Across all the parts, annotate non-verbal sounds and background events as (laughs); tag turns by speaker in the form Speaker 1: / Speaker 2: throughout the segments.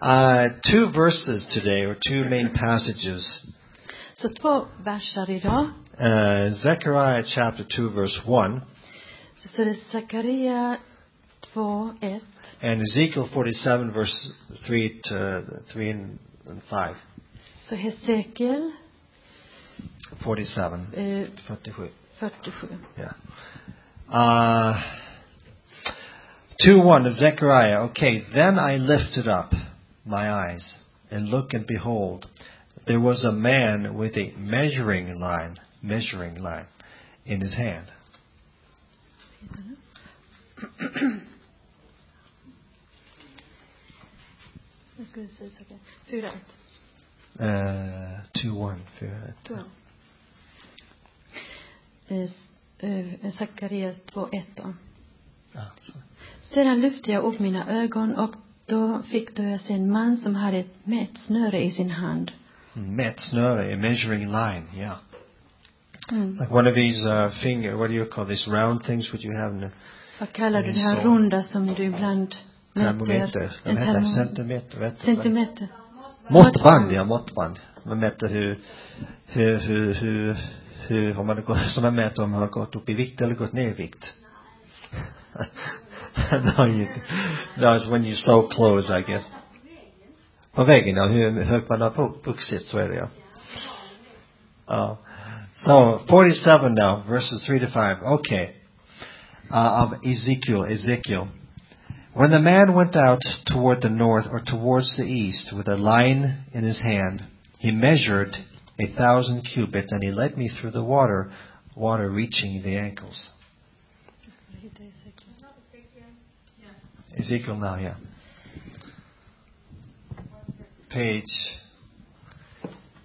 Speaker 1: Uh, two verses today, or two main passages.
Speaker 2: Så två versar idag.
Speaker 1: Uh, Zechariah chapter 2, verse 1,
Speaker 2: Så står det Sakaria 2.1
Speaker 1: and Ezekiel 47, verse 3 to 3 and 5.
Speaker 2: Så Hesekiel
Speaker 1: 47.
Speaker 2: eh,
Speaker 1: 47.
Speaker 2: 47.
Speaker 1: Yeah. Uh, 2 1 of Zechariah. Okay, then I lifted up my eyes and look and behold, there was a man with a measuring line, measuring line in his hand.
Speaker 2: Jag skulle säga Sakaria 4.1.
Speaker 1: Uh, 2 1.
Speaker 2: Två. Eh, s- eh, Sakaria 2.1 då.
Speaker 1: Ah, sorry.
Speaker 2: Sedan lyfte jag upp mina ögon och då fick då jag se en man som hade ett mätsnöre i sin hand.
Speaker 1: Metsnöre, Hmm, a measuring line, yeah.
Speaker 2: Mm.
Speaker 1: Like one of these uh, finger, what do you call these round things? What you have in the
Speaker 2: Vad kallar du det
Speaker 1: Så.
Speaker 2: här runda som du ibland mäter?
Speaker 1: thermometer? Vad heter det?
Speaker 2: termo-
Speaker 1: Centimeter? vet du?
Speaker 2: Centimeter.
Speaker 1: Måttband, ja, måttband. Man mäter hur, hur, hur, hur, hur om man går, som man mäter om man har gått upp i vikt eller gått ner i vikt. (laughs) no, you, no, it's when you sew clothes, I guess. På väggen, ja, hur högt man har bu- vuxit, så är det ja. Ja. So, 47 now, verses 3 to 5. Okay. Uh, of Ezekiel, Ezekiel. When the man went out toward the north or towards the east with a line in his hand, he measured a thousand cubits, and he led me through the water, water reaching the ankles. Ezekiel now, yeah. Page.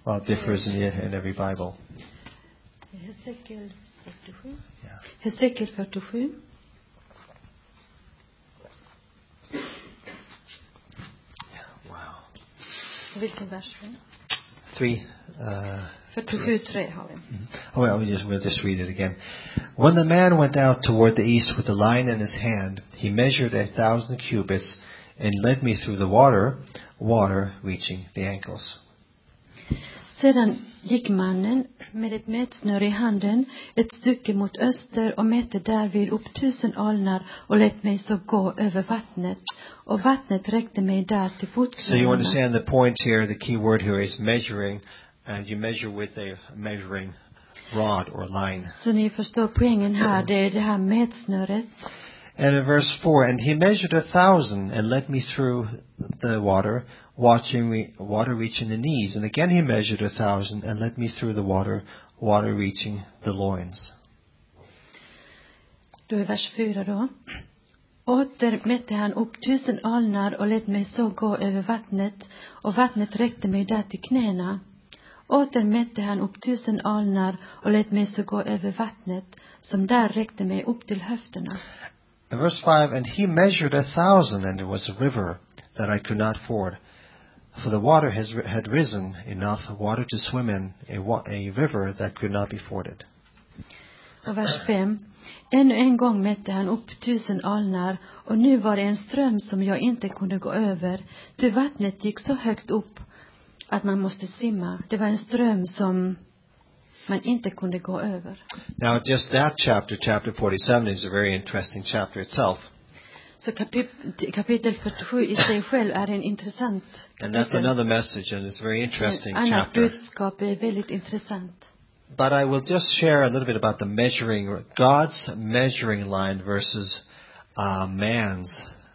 Speaker 1: Well, it differs in, in every Bible.
Speaker 2: Hesekiel 47.
Speaker 1: Ja.
Speaker 2: Hesekiel 47.
Speaker 1: Wow.
Speaker 2: Och Vilken vers? var det?
Speaker 1: Three. Uh,
Speaker 2: 47, 3 har vi.
Speaker 1: Oh, well, we just, we'll just read it again. When the man went out toward the east with the line in his hand, he measured a thousand cubits and led me through the water, water reaching the ankles.
Speaker 2: Sedan gick mannen med ett mätsnöre i handen ett stycke mot öster och mätte därvid upp tusen alnar och lät mig så gå över vattnet. Och vattnet räckte mig där till
Speaker 1: So you
Speaker 2: fotknölarna.
Speaker 1: understand the point here, the key word here is measuring, and you measure with a measuring rod or line.
Speaker 2: Så ni förstår poängen här, det är det här mätsnöret.
Speaker 1: And in verse 4, and he measured a thousand and led me through the water, watching re- water reaching the knees. And again he measured a thousand and led me through the water, water reaching the loins.
Speaker 2: Då är vers 4 då. Åter mätte han upp tusen alnar och lät mig så gå över vattnet och vattnet räckte mig där till knäna. Åter mätte han upp tusen alnar och lät mig så gå över vattnet som där räckte mig upp till höfterna.
Speaker 1: And verse 5 And he measured a thousand, and it was a river that I could not ford. For the water has, had risen enough water to swim in, a, wa- a river that could not be forded.
Speaker 2: Och vers 5. Ännu en gång mätte han upp tusen alnar och nu var det en ström som jag inte kunde gå över, ty vattnet gick så högt upp att man måste simma. Det var en ström som man inte kunde gå över.
Speaker 1: Now, just that chapter, chapter 47, is a very interesting chapter itself.
Speaker 2: Så kapit- kapitel 47 i sig själv är en intressant
Speaker 1: And that's
Speaker 2: kapitel.
Speaker 1: another message, and it's a very interesting
Speaker 2: Ett annat
Speaker 1: chapter.
Speaker 2: budskap är väldigt intressant.
Speaker 1: But I will just share a little bit about the measuring, God's measuring line versus uh, man's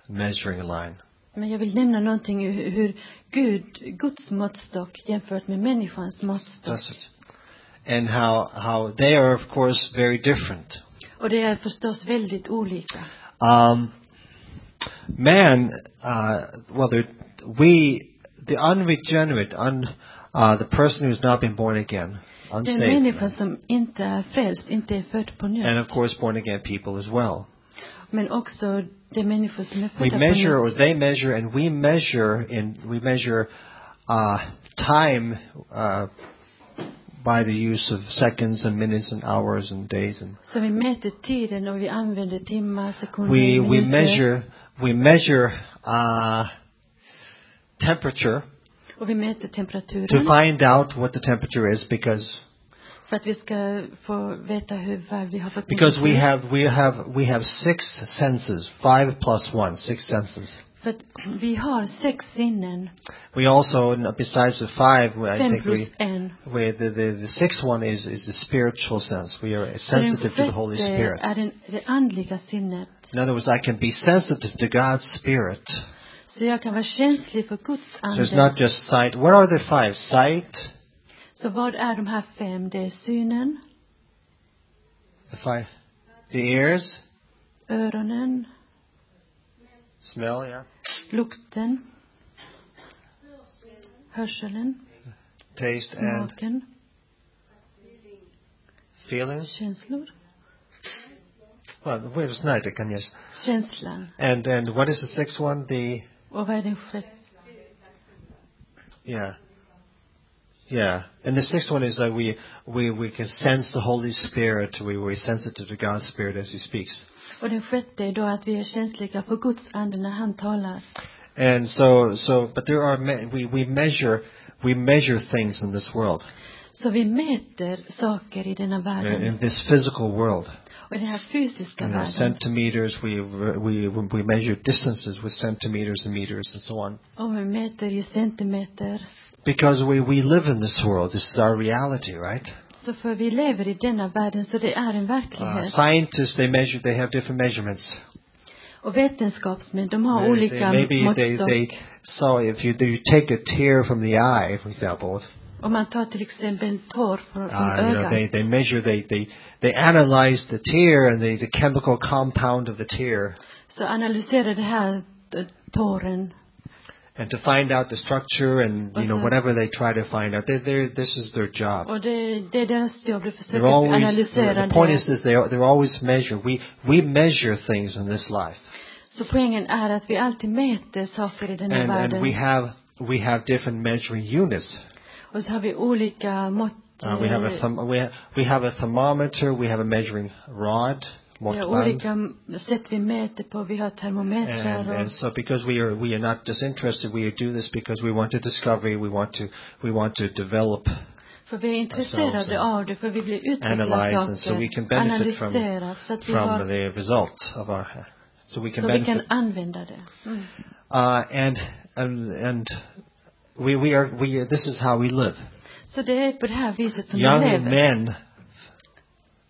Speaker 1: measuring line.
Speaker 2: Men jag vill nämna någonting om hur- hur Gud, Guds måttstock jämfört med människans måttstock.
Speaker 1: Does it? And how, how they are, of course, very different.
Speaker 2: Och det är förstås väldigt olika.
Speaker 1: Um, man, uh, well, there- we, the unregenerate, un, uh, the person who's not been born again,
Speaker 2: Den
Speaker 1: unsaved,
Speaker 2: människa som inte är frälst, inte är född på nytt,
Speaker 1: and of course, born again people as well.
Speaker 2: men också de människor som är
Speaker 1: we
Speaker 2: födda
Speaker 1: measure
Speaker 2: på
Speaker 1: or
Speaker 2: nytt.
Speaker 1: they measure and we measure in we measure uh, time uh, by the use of seconds and minutes and hours and days and
Speaker 2: Så vi mäter tiden och vi använder timmar, sekunder,
Speaker 1: we we
Speaker 2: minuter.
Speaker 1: measure we measure uh, temperature
Speaker 2: Och vi mäter
Speaker 1: to
Speaker 2: temperaturen
Speaker 1: find out what the temperature is because
Speaker 2: för att vi ska få veta hur varm vi har fått
Speaker 1: because we
Speaker 2: temperatur.
Speaker 1: have we have we have six senses five plus one six senses
Speaker 2: För att vi har sex sinnen,
Speaker 1: we also besides the five we- I
Speaker 2: fem
Speaker 1: think we
Speaker 2: plus en.
Speaker 1: Where the, the, the sixth one is, is the spiritual sense. We are sensitive to the Holy
Speaker 2: sjätte
Speaker 1: Spirit.
Speaker 2: är den, det andliga sinnet.
Speaker 1: In other words, I can be sensitive to God's Spirit.
Speaker 2: Så jag kan vara känslig för Guds
Speaker 1: So
Speaker 2: ande.
Speaker 1: it's not just sight. What are the five? Sight,
Speaker 2: Så vad är de här fem? Det är synen,
Speaker 1: the five, the ears,
Speaker 2: öronen,
Speaker 1: smell, yeah,
Speaker 2: lukten, hörseln,
Speaker 1: taste, and
Speaker 2: smaken,
Speaker 1: feelings.
Speaker 2: känslor,
Speaker 1: Well, wait, it's not, I can yes.
Speaker 2: känslan.
Speaker 1: And and what is the sixth one? The
Speaker 2: Och vad är den sjätte?
Speaker 1: yeah, yeah. And the sixth one is that we we we can sense the Holy Spirit. We we're sensitive to God's Spirit as He speaks.
Speaker 2: Och den sjätte är då att vi är känsliga för Guds ande när han talar.
Speaker 1: And so, so, but there are me- we we measure we measure things in this world,
Speaker 2: Så vi mäter saker i denna
Speaker 1: in,
Speaker 2: världen.
Speaker 1: in this physical world.
Speaker 2: Och i den här fysiska
Speaker 1: You know,
Speaker 2: världen.
Speaker 1: centimeters. We we we measure distances with centimeters and meters and so on.
Speaker 2: Och vi mäter i centimeter.
Speaker 1: Because we we live in this world. This is our reality, right?
Speaker 2: Så för vi lever i denna världen så det är en
Speaker 1: Uh,
Speaker 2: verklighet.
Speaker 1: scientists they measure. They have different measurements.
Speaker 2: Och vetenskapsmän, de har
Speaker 1: They- they-
Speaker 2: olika
Speaker 1: maybe they they
Speaker 2: måttstock.
Speaker 1: so if you you take a tear from the eye, for example,
Speaker 2: Om man tar till exempel en tår från,
Speaker 1: Uh,
Speaker 2: från
Speaker 1: you know, they,
Speaker 2: ögat.
Speaker 1: they measure, they, they, they analyze the tear and the, the chemical compound of the tear
Speaker 2: Så analyserar det här t- tåren.
Speaker 1: and to find out the structure and, you know,
Speaker 2: Also-
Speaker 1: whatever they try to find out. They, they're, this is their job.
Speaker 2: Och det, det är deras jobb, de
Speaker 1: They're
Speaker 2: försöker
Speaker 1: always,
Speaker 2: analysera
Speaker 1: the point
Speaker 2: det.
Speaker 1: is this, they're, they're always measured. We, we measure things in this life.
Speaker 2: Så poängen är att vi alltid mäter saker i denna
Speaker 1: And,
Speaker 2: världen.
Speaker 1: and we have, we have different measuring units.
Speaker 2: och så har vi olika mått.
Speaker 1: Uh, we have a
Speaker 2: eh,
Speaker 1: therm- we, ha- we have a thermometer, we have a measuring rod,
Speaker 2: vi
Speaker 1: måttband.
Speaker 2: har olika m- sätt vi mäter på. Vi har termometrar
Speaker 1: And,
Speaker 2: och
Speaker 1: and so because we are we are not disinterested, we do this because we want to discover, we want to we want to develop,
Speaker 2: För vi är
Speaker 1: ourselves
Speaker 2: intresserade
Speaker 1: and
Speaker 2: av det, för vi vill utveckla
Speaker 1: analyze, and so we can
Speaker 2: saker,
Speaker 1: benefit from
Speaker 2: analysera, så att vi,
Speaker 1: from
Speaker 2: har,
Speaker 1: the results of our eh, so we can
Speaker 2: så vi kan
Speaker 1: benefit.
Speaker 2: använda det. Mm.
Speaker 1: Uh, and and and we we are we are, this is how we live.
Speaker 2: Så det är på det här viset som
Speaker 1: Young
Speaker 2: vi lever.
Speaker 1: men,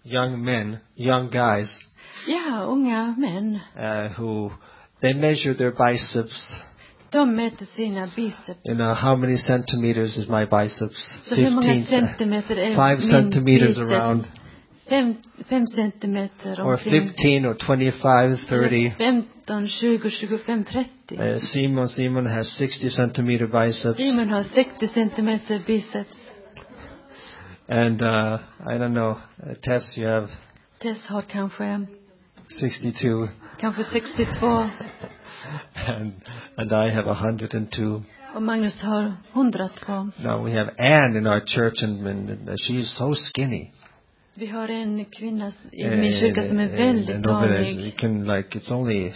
Speaker 1: young men, young guys
Speaker 2: Ja, unga män.
Speaker 1: uh, who they measure their biceps.
Speaker 2: De mäter sina biceps.
Speaker 1: You know how many centimeters is my biceps?
Speaker 2: Så hur många
Speaker 1: cen-
Speaker 2: centimeter är
Speaker 1: five
Speaker 2: min
Speaker 1: centimeters
Speaker 2: biceps?
Speaker 1: around.
Speaker 2: Fem, fem centimeter
Speaker 1: or
Speaker 2: omkring.
Speaker 1: 15 or 25, 30.
Speaker 2: 15, 20, 25, 30.
Speaker 1: Uh, Simon Simon has 60 centimeter biceps,
Speaker 2: Simon har 60 centimeter biceps.
Speaker 1: and uh, I don't know, uh, Tess, you have
Speaker 2: Tess har kanske,
Speaker 1: 62,
Speaker 2: kanske 62.
Speaker 1: and and I have 102.
Speaker 2: Och Magnus har 102.
Speaker 1: Now we have Anne in our church, and, and, and she's so skinny.
Speaker 2: Vi har en kvinna i
Speaker 1: And,
Speaker 2: min kyrka som är
Speaker 1: and,
Speaker 2: väldigt
Speaker 1: and over there,
Speaker 2: vanlig.
Speaker 1: you can like it's only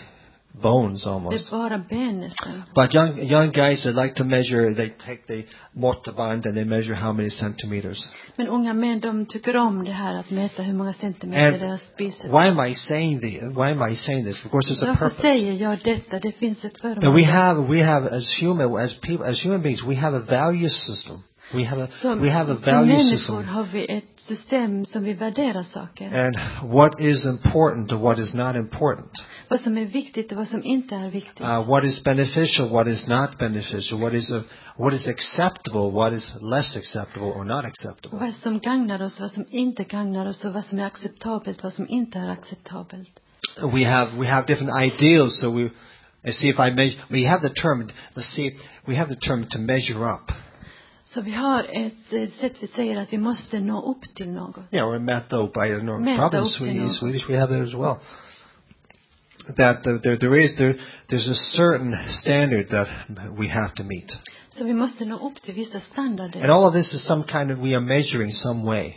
Speaker 1: bones
Speaker 2: Det
Speaker 1: almost.
Speaker 2: är bara ben nästan.
Speaker 1: But young young guys, they like to measure. They take the mortaband and they measure how many centimeters.
Speaker 2: Men unga män, de tycker om det här att mäta hur många centimeter
Speaker 1: And
Speaker 2: deras biceps
Speaker 1: why am I saying the, Why am I saying this? Of course, there's a
Speaker 2: Varför
Speaker 1: purpose.
Speaker 2: säger jag detta? Det finns ett
Speaker 1: That we
Speaker 2: föremål.
Speaker 1: have, we have as human, as people, as human beings, we have a value system. We have a,
Speaker 2: Som,
Speaker 1: we have a
Speaker 2: som
Speaker 1: value
Speaker 2: människor
Speaker 1: system. Eh.
Speaker 2: har vi ett system som vi värderar saker.
Speaker 1: And what is important to what is not important.
Speaker 2: Vad som är viktigt och vad som inte är viktigt.
Speaker 1: Uh, what is beneficial, what is not beneficial, what is a, what is acceptable, what is less acceptable or not
Speaker 2: Och
Speaker 1: acceptable.
Speaker 2: vad som gagnar oss, vad som inte gagnar oss och vad som är acceptabelt, vad som inte är acceptabelt.
Speaker 1: We have, we have different ideals, so we, let's see if I measure, we have the term, let's see, we have the term to measure up.
Speaker 2: Så vi har ett eh, sätt vi säger att vi måste nå upp till något.
Speaker 1: Yeah, or Mathope. I don't know.
Speaker 2: Method,
Speaker 1: Probably in
Speaker 2: you know.
Speaker 1: Swedish, Swedish we have it as well. That the, there, there is there, there's a certain standard that we have to meet.
Speaker 2: Så vi måste nå upp till vissa
Speaker 1: And
Speaker 2: standarder.
Speaker 1: all of this is some kind of, we are measuring some way.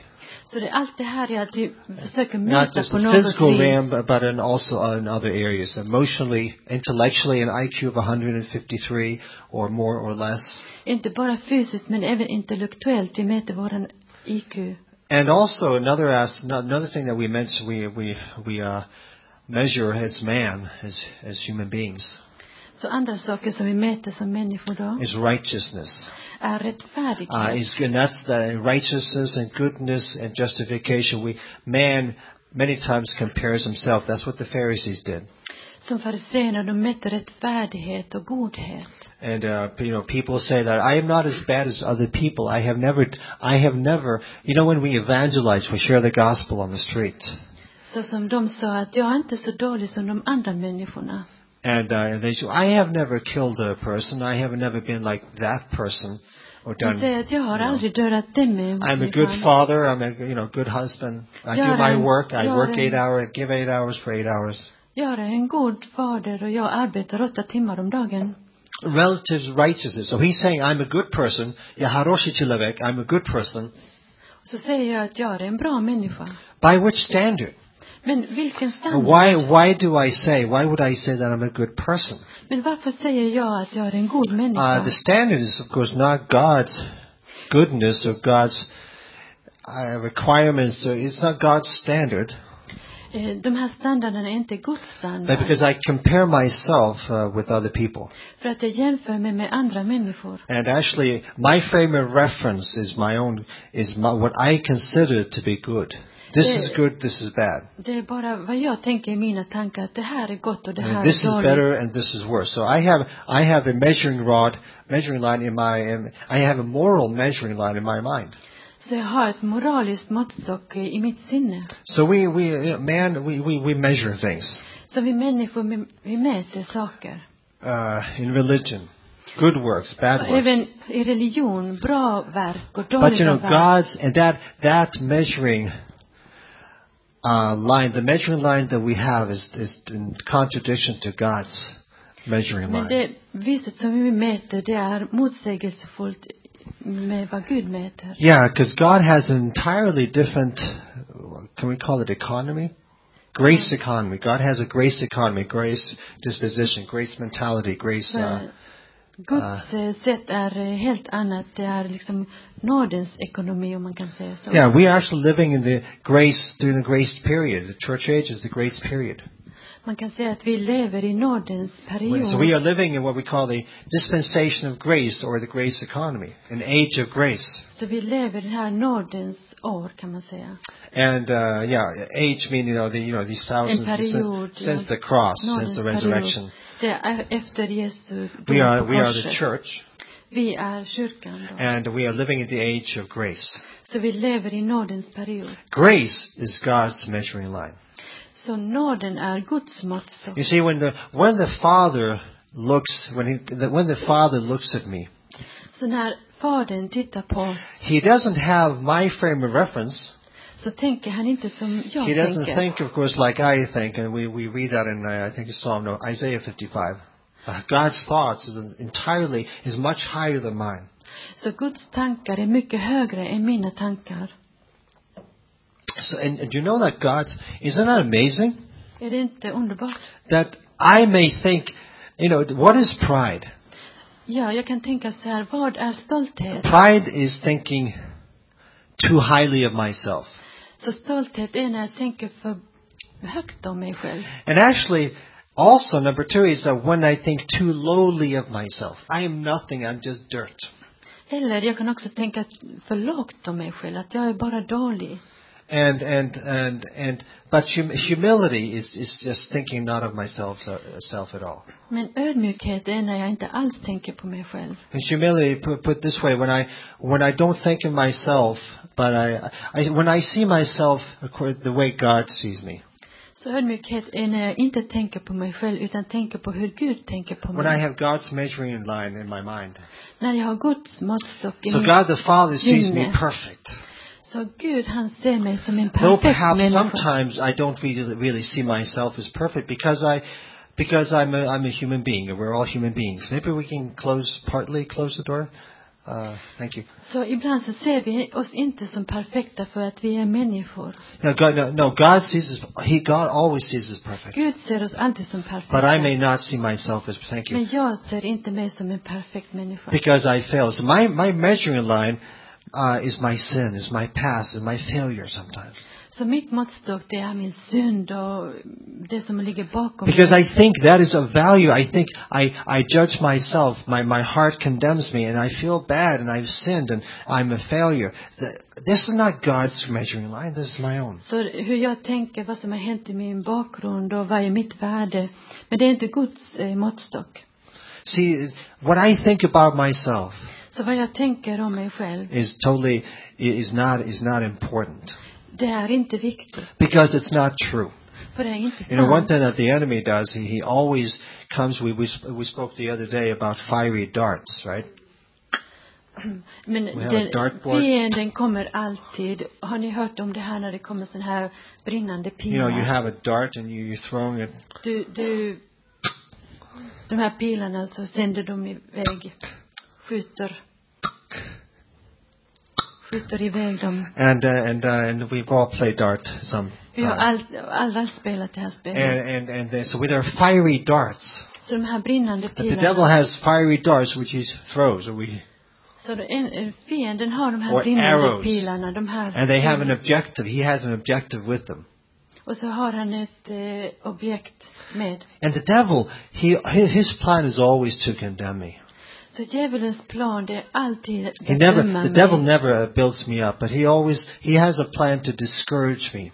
Speaker 2: Så det är allt det här är att vi försöker
Speaker 1: Not
Speaker 2: mäta
Speaker 1: just
Speaker 2: på
Speaker 1: the
Speaker 2: något
Speaker 1: physical realm,
Speaker 2: vis.
Speaker 1: but, but in also in other areas. Emotionally, intellectually, an IQ of 153 or more or less.
Speaker 2: Inte bara fysiskt men även intellektuellt. Vi mäter våran IQ.
Speaker 1: And also another as, another thing that we mentioned, we, we, we, uh, measure as man, as, as human beings,
Speaker 2: Så andra saker som vi mäter som människor då
Speaker 1: is righteousness.
Speaker 2: är
Speaker 1: uh,
Speaker 2: rättfärdighet.
Speaker 1: is and that's the righteousness and goodness and justification. We man many times compares himself. That's what the Pharisees did,
Speaker 2: Som fariséerna, de mäter rättfärdighet och godhet.
Speaker 1: and uh, you know people say that I am not as bad as other people. I have never, I have never. You know when we evangelize, we share the gospel on the street,
Speaker 2: Så som de sa att jag är inte så dålig som de andra människorna.
Speaker 1: and uh, they say I have never killed a person. I have never been like that person or
Speaker 2: De
Speaker 1: done.
Speaker 2: säger att jag har
Speaker 1: you know.
Speaker 2: aldrig dödat den
Speaker 1: I'm a good
Speaker 2: människan.
Speaker 1: father. I'm a you know good husband. I do
Speaker 2: Göran,
Speaker 1: my work. I work
Speaker 2: Göran.
Speaker 1: eight hours. Give eight hours for eight hours.
Speaker 2: Jag är en god fader och jag arbetar åtta timmar om dagen.
Speaker 1: relatives righteousness. So he's saying, I'm a good person. Я хороший человек. I'm a good person.
Speaker 2: Så säger jag att jag är en bra människa.
Speaker 1: By which standard?
Speaker 2: Men vilken standard?
Speaker 1: Why, why do I say, why would I say that I'm a good person?
Speaker 2: Men varför säger jag att jag är en god
Speaker 1: Uh,
Speaker 2: människa?
Speaker 1: the standard is, of course, not God's goodness or God's uh, requirements. So it's not God's standard.
Speaker 2: Eh, De här standarderna är inte Guds
Speaker 1: But
Speaker 2: standard.
Speaker 1: because I compare myself uh, with other people.
Speaker 2: För att jag jämför mig med andra människor.
Speaker 1: And actually, my frame of reference is my own, is my, what I consider to be good. This is
Speaker 2: Yeah.
Speaker 1: good, this is bad.
Speaker 2: Det är bara vad jag tänker i mina tankar, att det här är gott och det här
Speaker 1: And this is
Speaker 2: är dåligt.
Speaker 1: better and this is worse. So I have I have a measuring rod, measuring line in my in, I have a moral measuring line in my mind.
Speaker 2: Så jag har ett moraliskt måttstock eh, i mitt sinne.
Speaker 1: So we we uh, man we we, we measure things
Speaker 2: Så vi människor, vi- vi mäter saker.
Speaker 1: uh, in religion, good works, bad
Speaker 2: Och
Speaker 1: works.
Speaker 2: även i religion, bra verk och
Speaker 1: But you
Speaker 2: dåliga
Speaker 1: know
Speaker 2: verk.
Speaker 1: God's and that that measuring uh, line, the measuring line that we have is is in contradiction to God's measuring
Speaker 2: Men
Speaker 1: line.
Speaker 2: det viset som vi mäter, det är motsägelsefullt med vad Gud mäter.
Speaker 1: Yeah, because God has an entirely different, can we call it economy? Grace economy. God has a grace economy, grace disposition, grace mentality, grace. Uh,
Speaker 2: För Guds eh, sätt är eh, helt annat. Det är liksom nådens ekonomi, om man kan säga så.
Speaker 1: yeah, we are actually living in the grace, during the grace period. The church age is the grace period.
Speaker 2: Man kan säga att vi lever i nådens
Speaker 1: So we
Speaker 2: period.
Speaker 1: are living in what we call the dispensation of grace or the grace economy, an age of grace.
Speaker 2: Så vi lever i det här nådens år, kan man säga.
Speaker 1: And uh, yeah, age meaning you know the you know these thousands
Speaker 2: period,
Speaker 1: since, since
Speaker 2: yeah.
Speaker 1: the cross, since
Speaker 2: Nådens
Speaker 1: the
Speaker 2: period.
Speaker 1: resurrection.
Speaker 2: Det är efter Jesu dom
Speaker 1: We are
Speaker 2: på
Speaker 1: we are the
Speaker 2: korset.
Speaker 1: church.
Speaker 2: Vi är kyrkan då.
Speaker 1: And we are living in the age of grace.
Speaker 2: Så vi lever i nådens period.
Speaker 1: Grace is God's measuring line.
Speaker 2: Så nåden är Guds måttstock.
Speaker 1: You see, when the when the Father looks when he the, when the Father looks at me,
Speaker 2: Så när Fadern tittar på oss
Speaker 1: he doesn't have my frame of reference.
Speaker 2: så tänker han inte som jag
Speaker 1: He doesn't
Speaker 2: tänker.
Speaker 1: think, of course, like I think, and we, we read that in uh, I think it's Psalm no, Isaiah 55. Uh, God's thoughts is entirely is much higher than mine.
Speaker 2: Så Guds tankar är mycket högre än mina tankar.
Speaker 1: So, and, and you know that God's isn't that amazing?
Speaker 2: Är det inte underbart?
Speaker 1: That I may think, you know, what is pride?
Speaker 2: Ja, jag kan tänka så här, vad är stolthet?
Speaker 1: Pride is thinking too highly of myself.
Speaker 2: Så stolthet är när jag tänker för högt om mig själv.
Speaker 1: And actually, also number two is that when I think too lowly of myself. I am nothing, I'm just dirt.
Speaker 2: Eller jag kan också tänka för lågt om mig själv, att jag är bara dålig.
Speaker 1: And, and, and, and, but hum- humility is, is just thinking not of myself so, self at all.
Speaker 2: Men ödmjukhet är när jag inte alls tänker på mig själv.
Speaker 1: And humility, put, put this way, when I, when I don't think of myself, but I, I, when I see myself according the way God sees me.
Speaker 2: Så ödmjukhet är när jag inte tänker på mig själv utan tänker på hur Gud tänker på
Speaker 1: When I
Speaker 2: mig.
Speaker 1: have God's measuring line in my mind.
Speaker 2: När jag har Guds måttstock i
Speaker 1: So
Speaker 2: min-
Speaker 1: God the Father sees me
Speaker 2: Hymne.
Speaker 1: perfect.
Speaker 2: Så Gud han ser mig som en
Speaker 1: Though
Speaker 2: perfekt
Speaker 1: perhaps
Speaker 2: människa.
Speaker 1: sometimes I don't really, really see myself as perfect because I, because I'm a, I'm a human being, and we're all human beings. Maybe we can close partly close the door. Uh, thank you.
Speaker 2: Så ibland så ser vi oss inte som perfekta för att vi är människor.
Speaker 1: No, God, no, no. God sees us. He God always sees us perfect.
Speaker 2: Gud ser oss alltid som
Speaker 1: But I
Speaker 2: perfekta.
Speaker 1: may not see myself as thank you
Speaker 2: Men jag ser inte mig som en perfekt människa.
Speaker 1: because I fail. So my my measuring line uh, is my sin, is my past, is my failure sometimes.
Speaker 2: Så mitt måttstock det är min synd och det som ligger bakom.
Speaker 1: Because
Speaker 2: det.
Speaker 1: I think that is of value. I think I, I judge myself. My, my heart condemns me and I feel bad and I've sinned and I'm a failure. Th- This is not God's measuring line. This is my own.
Speaker 2: Så hur jag tänker, vad som har hänt i min bakgrund och vad är mitt värde. Men det är inte Guds eh, måttstock.
Speaker 1: See, what I think about myself
Speaker 2: Så vad jag tänker om mig själv,
Speaker 1: is totally, is not, is not important.
Speaker 2: det är inte viktigt.
Speaker 1: Because it's not true.
Speaker 2: För det är inte sant.
Speaker 1: You know, one thing that the enemy does, he, he always comes, we, we, sp- we spoke the other day about fiery darts, right?
Speaker 2: Men
Speaker 1: have a
Speaker 2: den,
Speaker 1: dartboard.
Speaker 2: fienden kommer alltid. Har ni hört om det här när det kommer sån här brinnande
Speaker 1: You know,
Speaker 2: pilar?
Speaker 1: you have a dart and you, you're throwing it
Speaker 2: Du, du, de här pilarna så sänder de iväg, skjuter, skjuter iväg dem.
Speaker 1: And uh, and uh, and we've all played dart some.
Speaker 2: Vi har
Speaker 1: time.
Speaker 2: all, alla spelat det här spelet.
Speaker 1: And and and they, so with our fiery darts,
Speaker 2: Så de här brinnande
Speaker 1: but the devil
Speaker 2: pilarna.
Speaker 1: has fiery darts which he throws, or we,
Speaker 2: Så det- en, en fienden har de
Speaker 1: Or
Speaker 2: här brinnande
Speaker 1: arrows.
Speaker 2: pilarna, de här.
Speaker 1: and they have an
Speaker 2: pilarna.
Speaker 1: objective. He has an objective with them.
Speaker 2: Och så har han ett eh, objekt med.
Speaker 1: And the devil, he hi- his plan is always to condemn me.
Speaker 2: Så djävulens plan, det är alltid att
Speaker 1: He never,
Speaker 2: döma
Speaker 1: the
Speaker 2: mig.
Speaker 1: devil never uh, builds me up, but he always he has a plan to discourage me.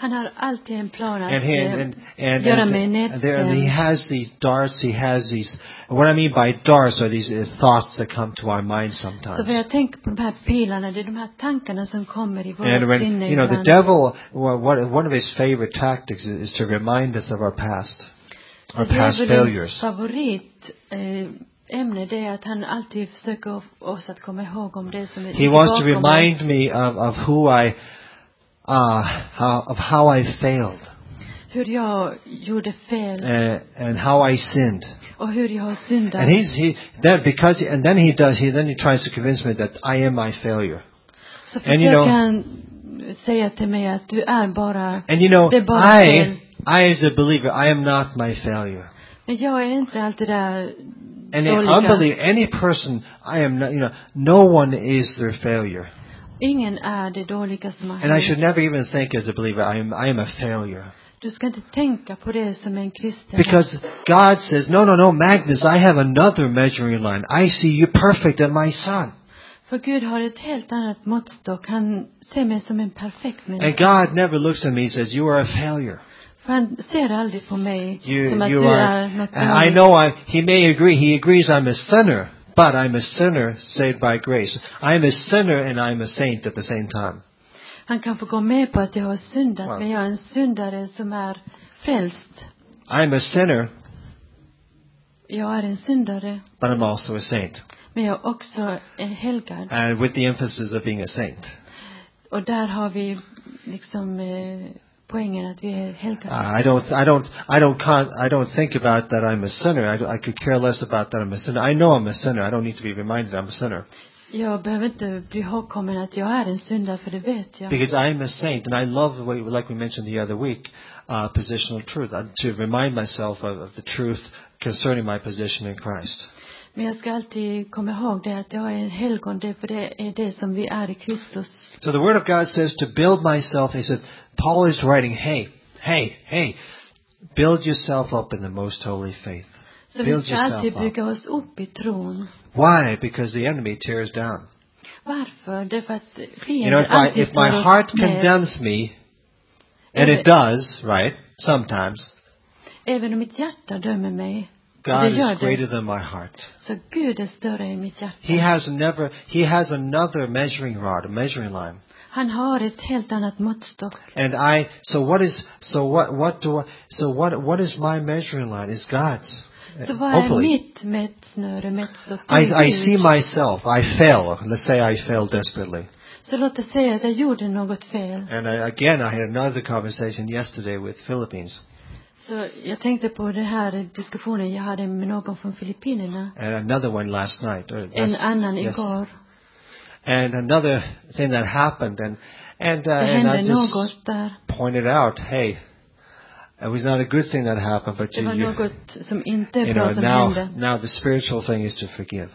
Speaker 2: Han har alltid en plan att
Speaker 1: And he,
Speaker 2: eh,
Speaker 1: and, and,
Speaker 2: göra
Speaker 1: and,
Speaker 2: mig
Speaker 1: and there, and he
Speaker 2: nedstämd.
Speaker 1: has these darts. He has these. What I mean by darts are these uh, thoughts that come to our mind sometimes.
Speaker 2: Så vad jag tänker på de här pilarna, det är de här tankarna som kommer i våra
Speaker 1: And when
Speaker 2: sinne
Speaker 1: you know the
Speaker 2: ibland.
Speaker 1: devil, one- one one of his favorite tactics is, is to remind us of our past,
Speaker 2: Så
Speaker 1: our past failures.
Speaker 2: favoritämne, eh, ämne, det är att han alltid försöker of- oss att komma ihåg om det som
Speaker 1: He
Speaker 2: är ligger
Speaker 1: wants to
Speaker 2: bakom oss.
Speaker 1: remind me of of who I, uh, how, of how I failed
Speaker 2: Hur jag gjorde fel
Speaker 1: and, and how I sinned.
Speaker 2: och hur jag har syndat.
Speaker 1: Eh, And he's he that because and then he does he then he tries to convince me that I am my failure.
Speaker 2: Så
Speaker 1: and you
Speaker 2: försöker
Speaker 1: know-
Speaker 2: han säga till mig att du är bara,
Speaker 1: And you know
Speaker 2: Det är bara fel.
Speaker 1: I I as a believer I am not my failure.
Speaker 2: men jag är inte alltid där
Speaker 1: Any unbeliever, any person, I am not. You know, no one is their failure.
Speaker 2: Ingen är det dåliga som har
Speaker 1: And I
Speaker 2: hänt.
Speaker 1: should never even think as a believer, I am, I am a failure.
Speaker 2: Du ska inte tänka på det som en kristen.
Speaker 1: Because God says, no, no, no, Magnus, I have another measuring line. I see you perfect in my son.
Speaker 2: För Gud har ett helt annat måttstock. Han ser mig som en perfekt människa.
Speaker 1: And God never looks at me and says, you are a failure.
Speaker 2: För han ser aldrig på mig
Speaker 1: You,
Speaker 2: som att
Speaker 1: you
Speaker 2: du
Speaker 1: are,
Speaker 2: är något
Speaker 1: and I
Speaker 2: dåligt.
Speaker 1: know I, he may agree, he agrees I'm a sinner, but I'm a sinner saved by grace. I'm a sinner and I'm a saint at the same time.
Speaker 2: Han kanske går med på att jag har syndat,
Speaker 1: Wow.
Speaker 2: men jag är en syndare som är frälst.
Speaker 1: I'm a sinner,
Speaker 2: Jag är en syndare,
Speaker 1: but I'm also a saint.
Speaker 2: men jag är också en helgad.
Speaker 1: And with the emphasis of being a saint.
Speaker 2: Och där har vi liksom eh, poängen att vi är helgade.
Speaker 1: Uh, I don't, I don't, I don't, con- I don't think about that I'm a sinner. I, I could care less about that I'm a sinner. I know I'm a sinner. I don't need to be reminded I'm a sinner
Speaker 2: Jag behöver inte bli ihågkommen att jag är en syndare, för det vet jag.
Speaker 1: because I'm a saint, and I love the way, like we mentioned the other week, uh, positional truth uh, to remind myself of, of the truth concerning my position in Christ.
Speaker 2: Men jag ska alltid komma ihåg det att jag är en helgon, det, för det är det som vi är i Kristus.
Speaker 1: So the Word of God says to build myself. He said, Paul is writing, hey, hey, hey, build yourself up in the most holy faith.
Speaker 2: Så vi
Speaker 1: Build
Speaker 2: ska alltid
Speaker 1: yourself up.
Speaker 2: bygga oss upp i tron.
Speaker 1: Why? Because the enemy tears down.
Speaker 2: Varför? Därför att
Speaker 1: You know,
Speaker 2: fienden
Speaker 1: if my,
Speaker 2: alltid
Speaker 1: if my
Speaker 2: tar oss
Speaker 1: heart
Speaker 2: med.
Speaker 1: condemns me, and it does, right? Sometimes.
Speaker 2: Även om mitt hjärta dömer mig,
Speaker 1: God
Speaker 2: det
Speaker 1: is
Speaker 2: gör
Speaker 1: greater
Speaker 2: det,
Speaker 1: than my heart.
Speaker 2: så Gud är större än mitt hjärta.
Speaker 1: He has never, he has another measuring rod, a measuring line.
Speaker 2: Han har ett helt annat måttstock.
Speaker 1: And I, so what is, so what, what do I, so what, what is my measuring line? Is God's.
Speaker 2: Så vad är
Speaker 1: Hopefully.
Speaker 2: mitt mätsnöre, mättstock? Det
Speaker 1: I,
Speaker 2: är
Speaker 1: I
Speaker 2: Gud.
Speaker 1: see myself, I fail. Let's say I fail desperately.
Speaker 2: Så låt oss säga att jag gjorde något fel.
Speaker 1: And I, again, I had another conversation yesterday with Philippines.
Speaker 2: Så jag tänkte på den här diskussionen jag hade med någon från Filippinerna.
Speaker 1: and another one last night. or
Speaker 2: En
Speaker 1: last-
Speaker 2: annan
Speaker 1: yes.
Speaker 2: igår.
Speaker 1: And another thing that happened, and and, uh,
Speaker 2: Det
Speaker 1: and I
Speaker 2: hände
Speaker 1: just
Speaker 2: något där.
Speaker 1: pointed out, hey, it was not a good thing that happened, but
Speaker 2: Det
Speaker 1: you,
Speaker 2: var
Speaker 1: you,
Speaker 2: något som inte
Speaker 1: you
Speaker 2: är
Speaker 1: know,
Speaker 2: bra som hände.
Speaker 1: now now the spiritual thing is to forgive.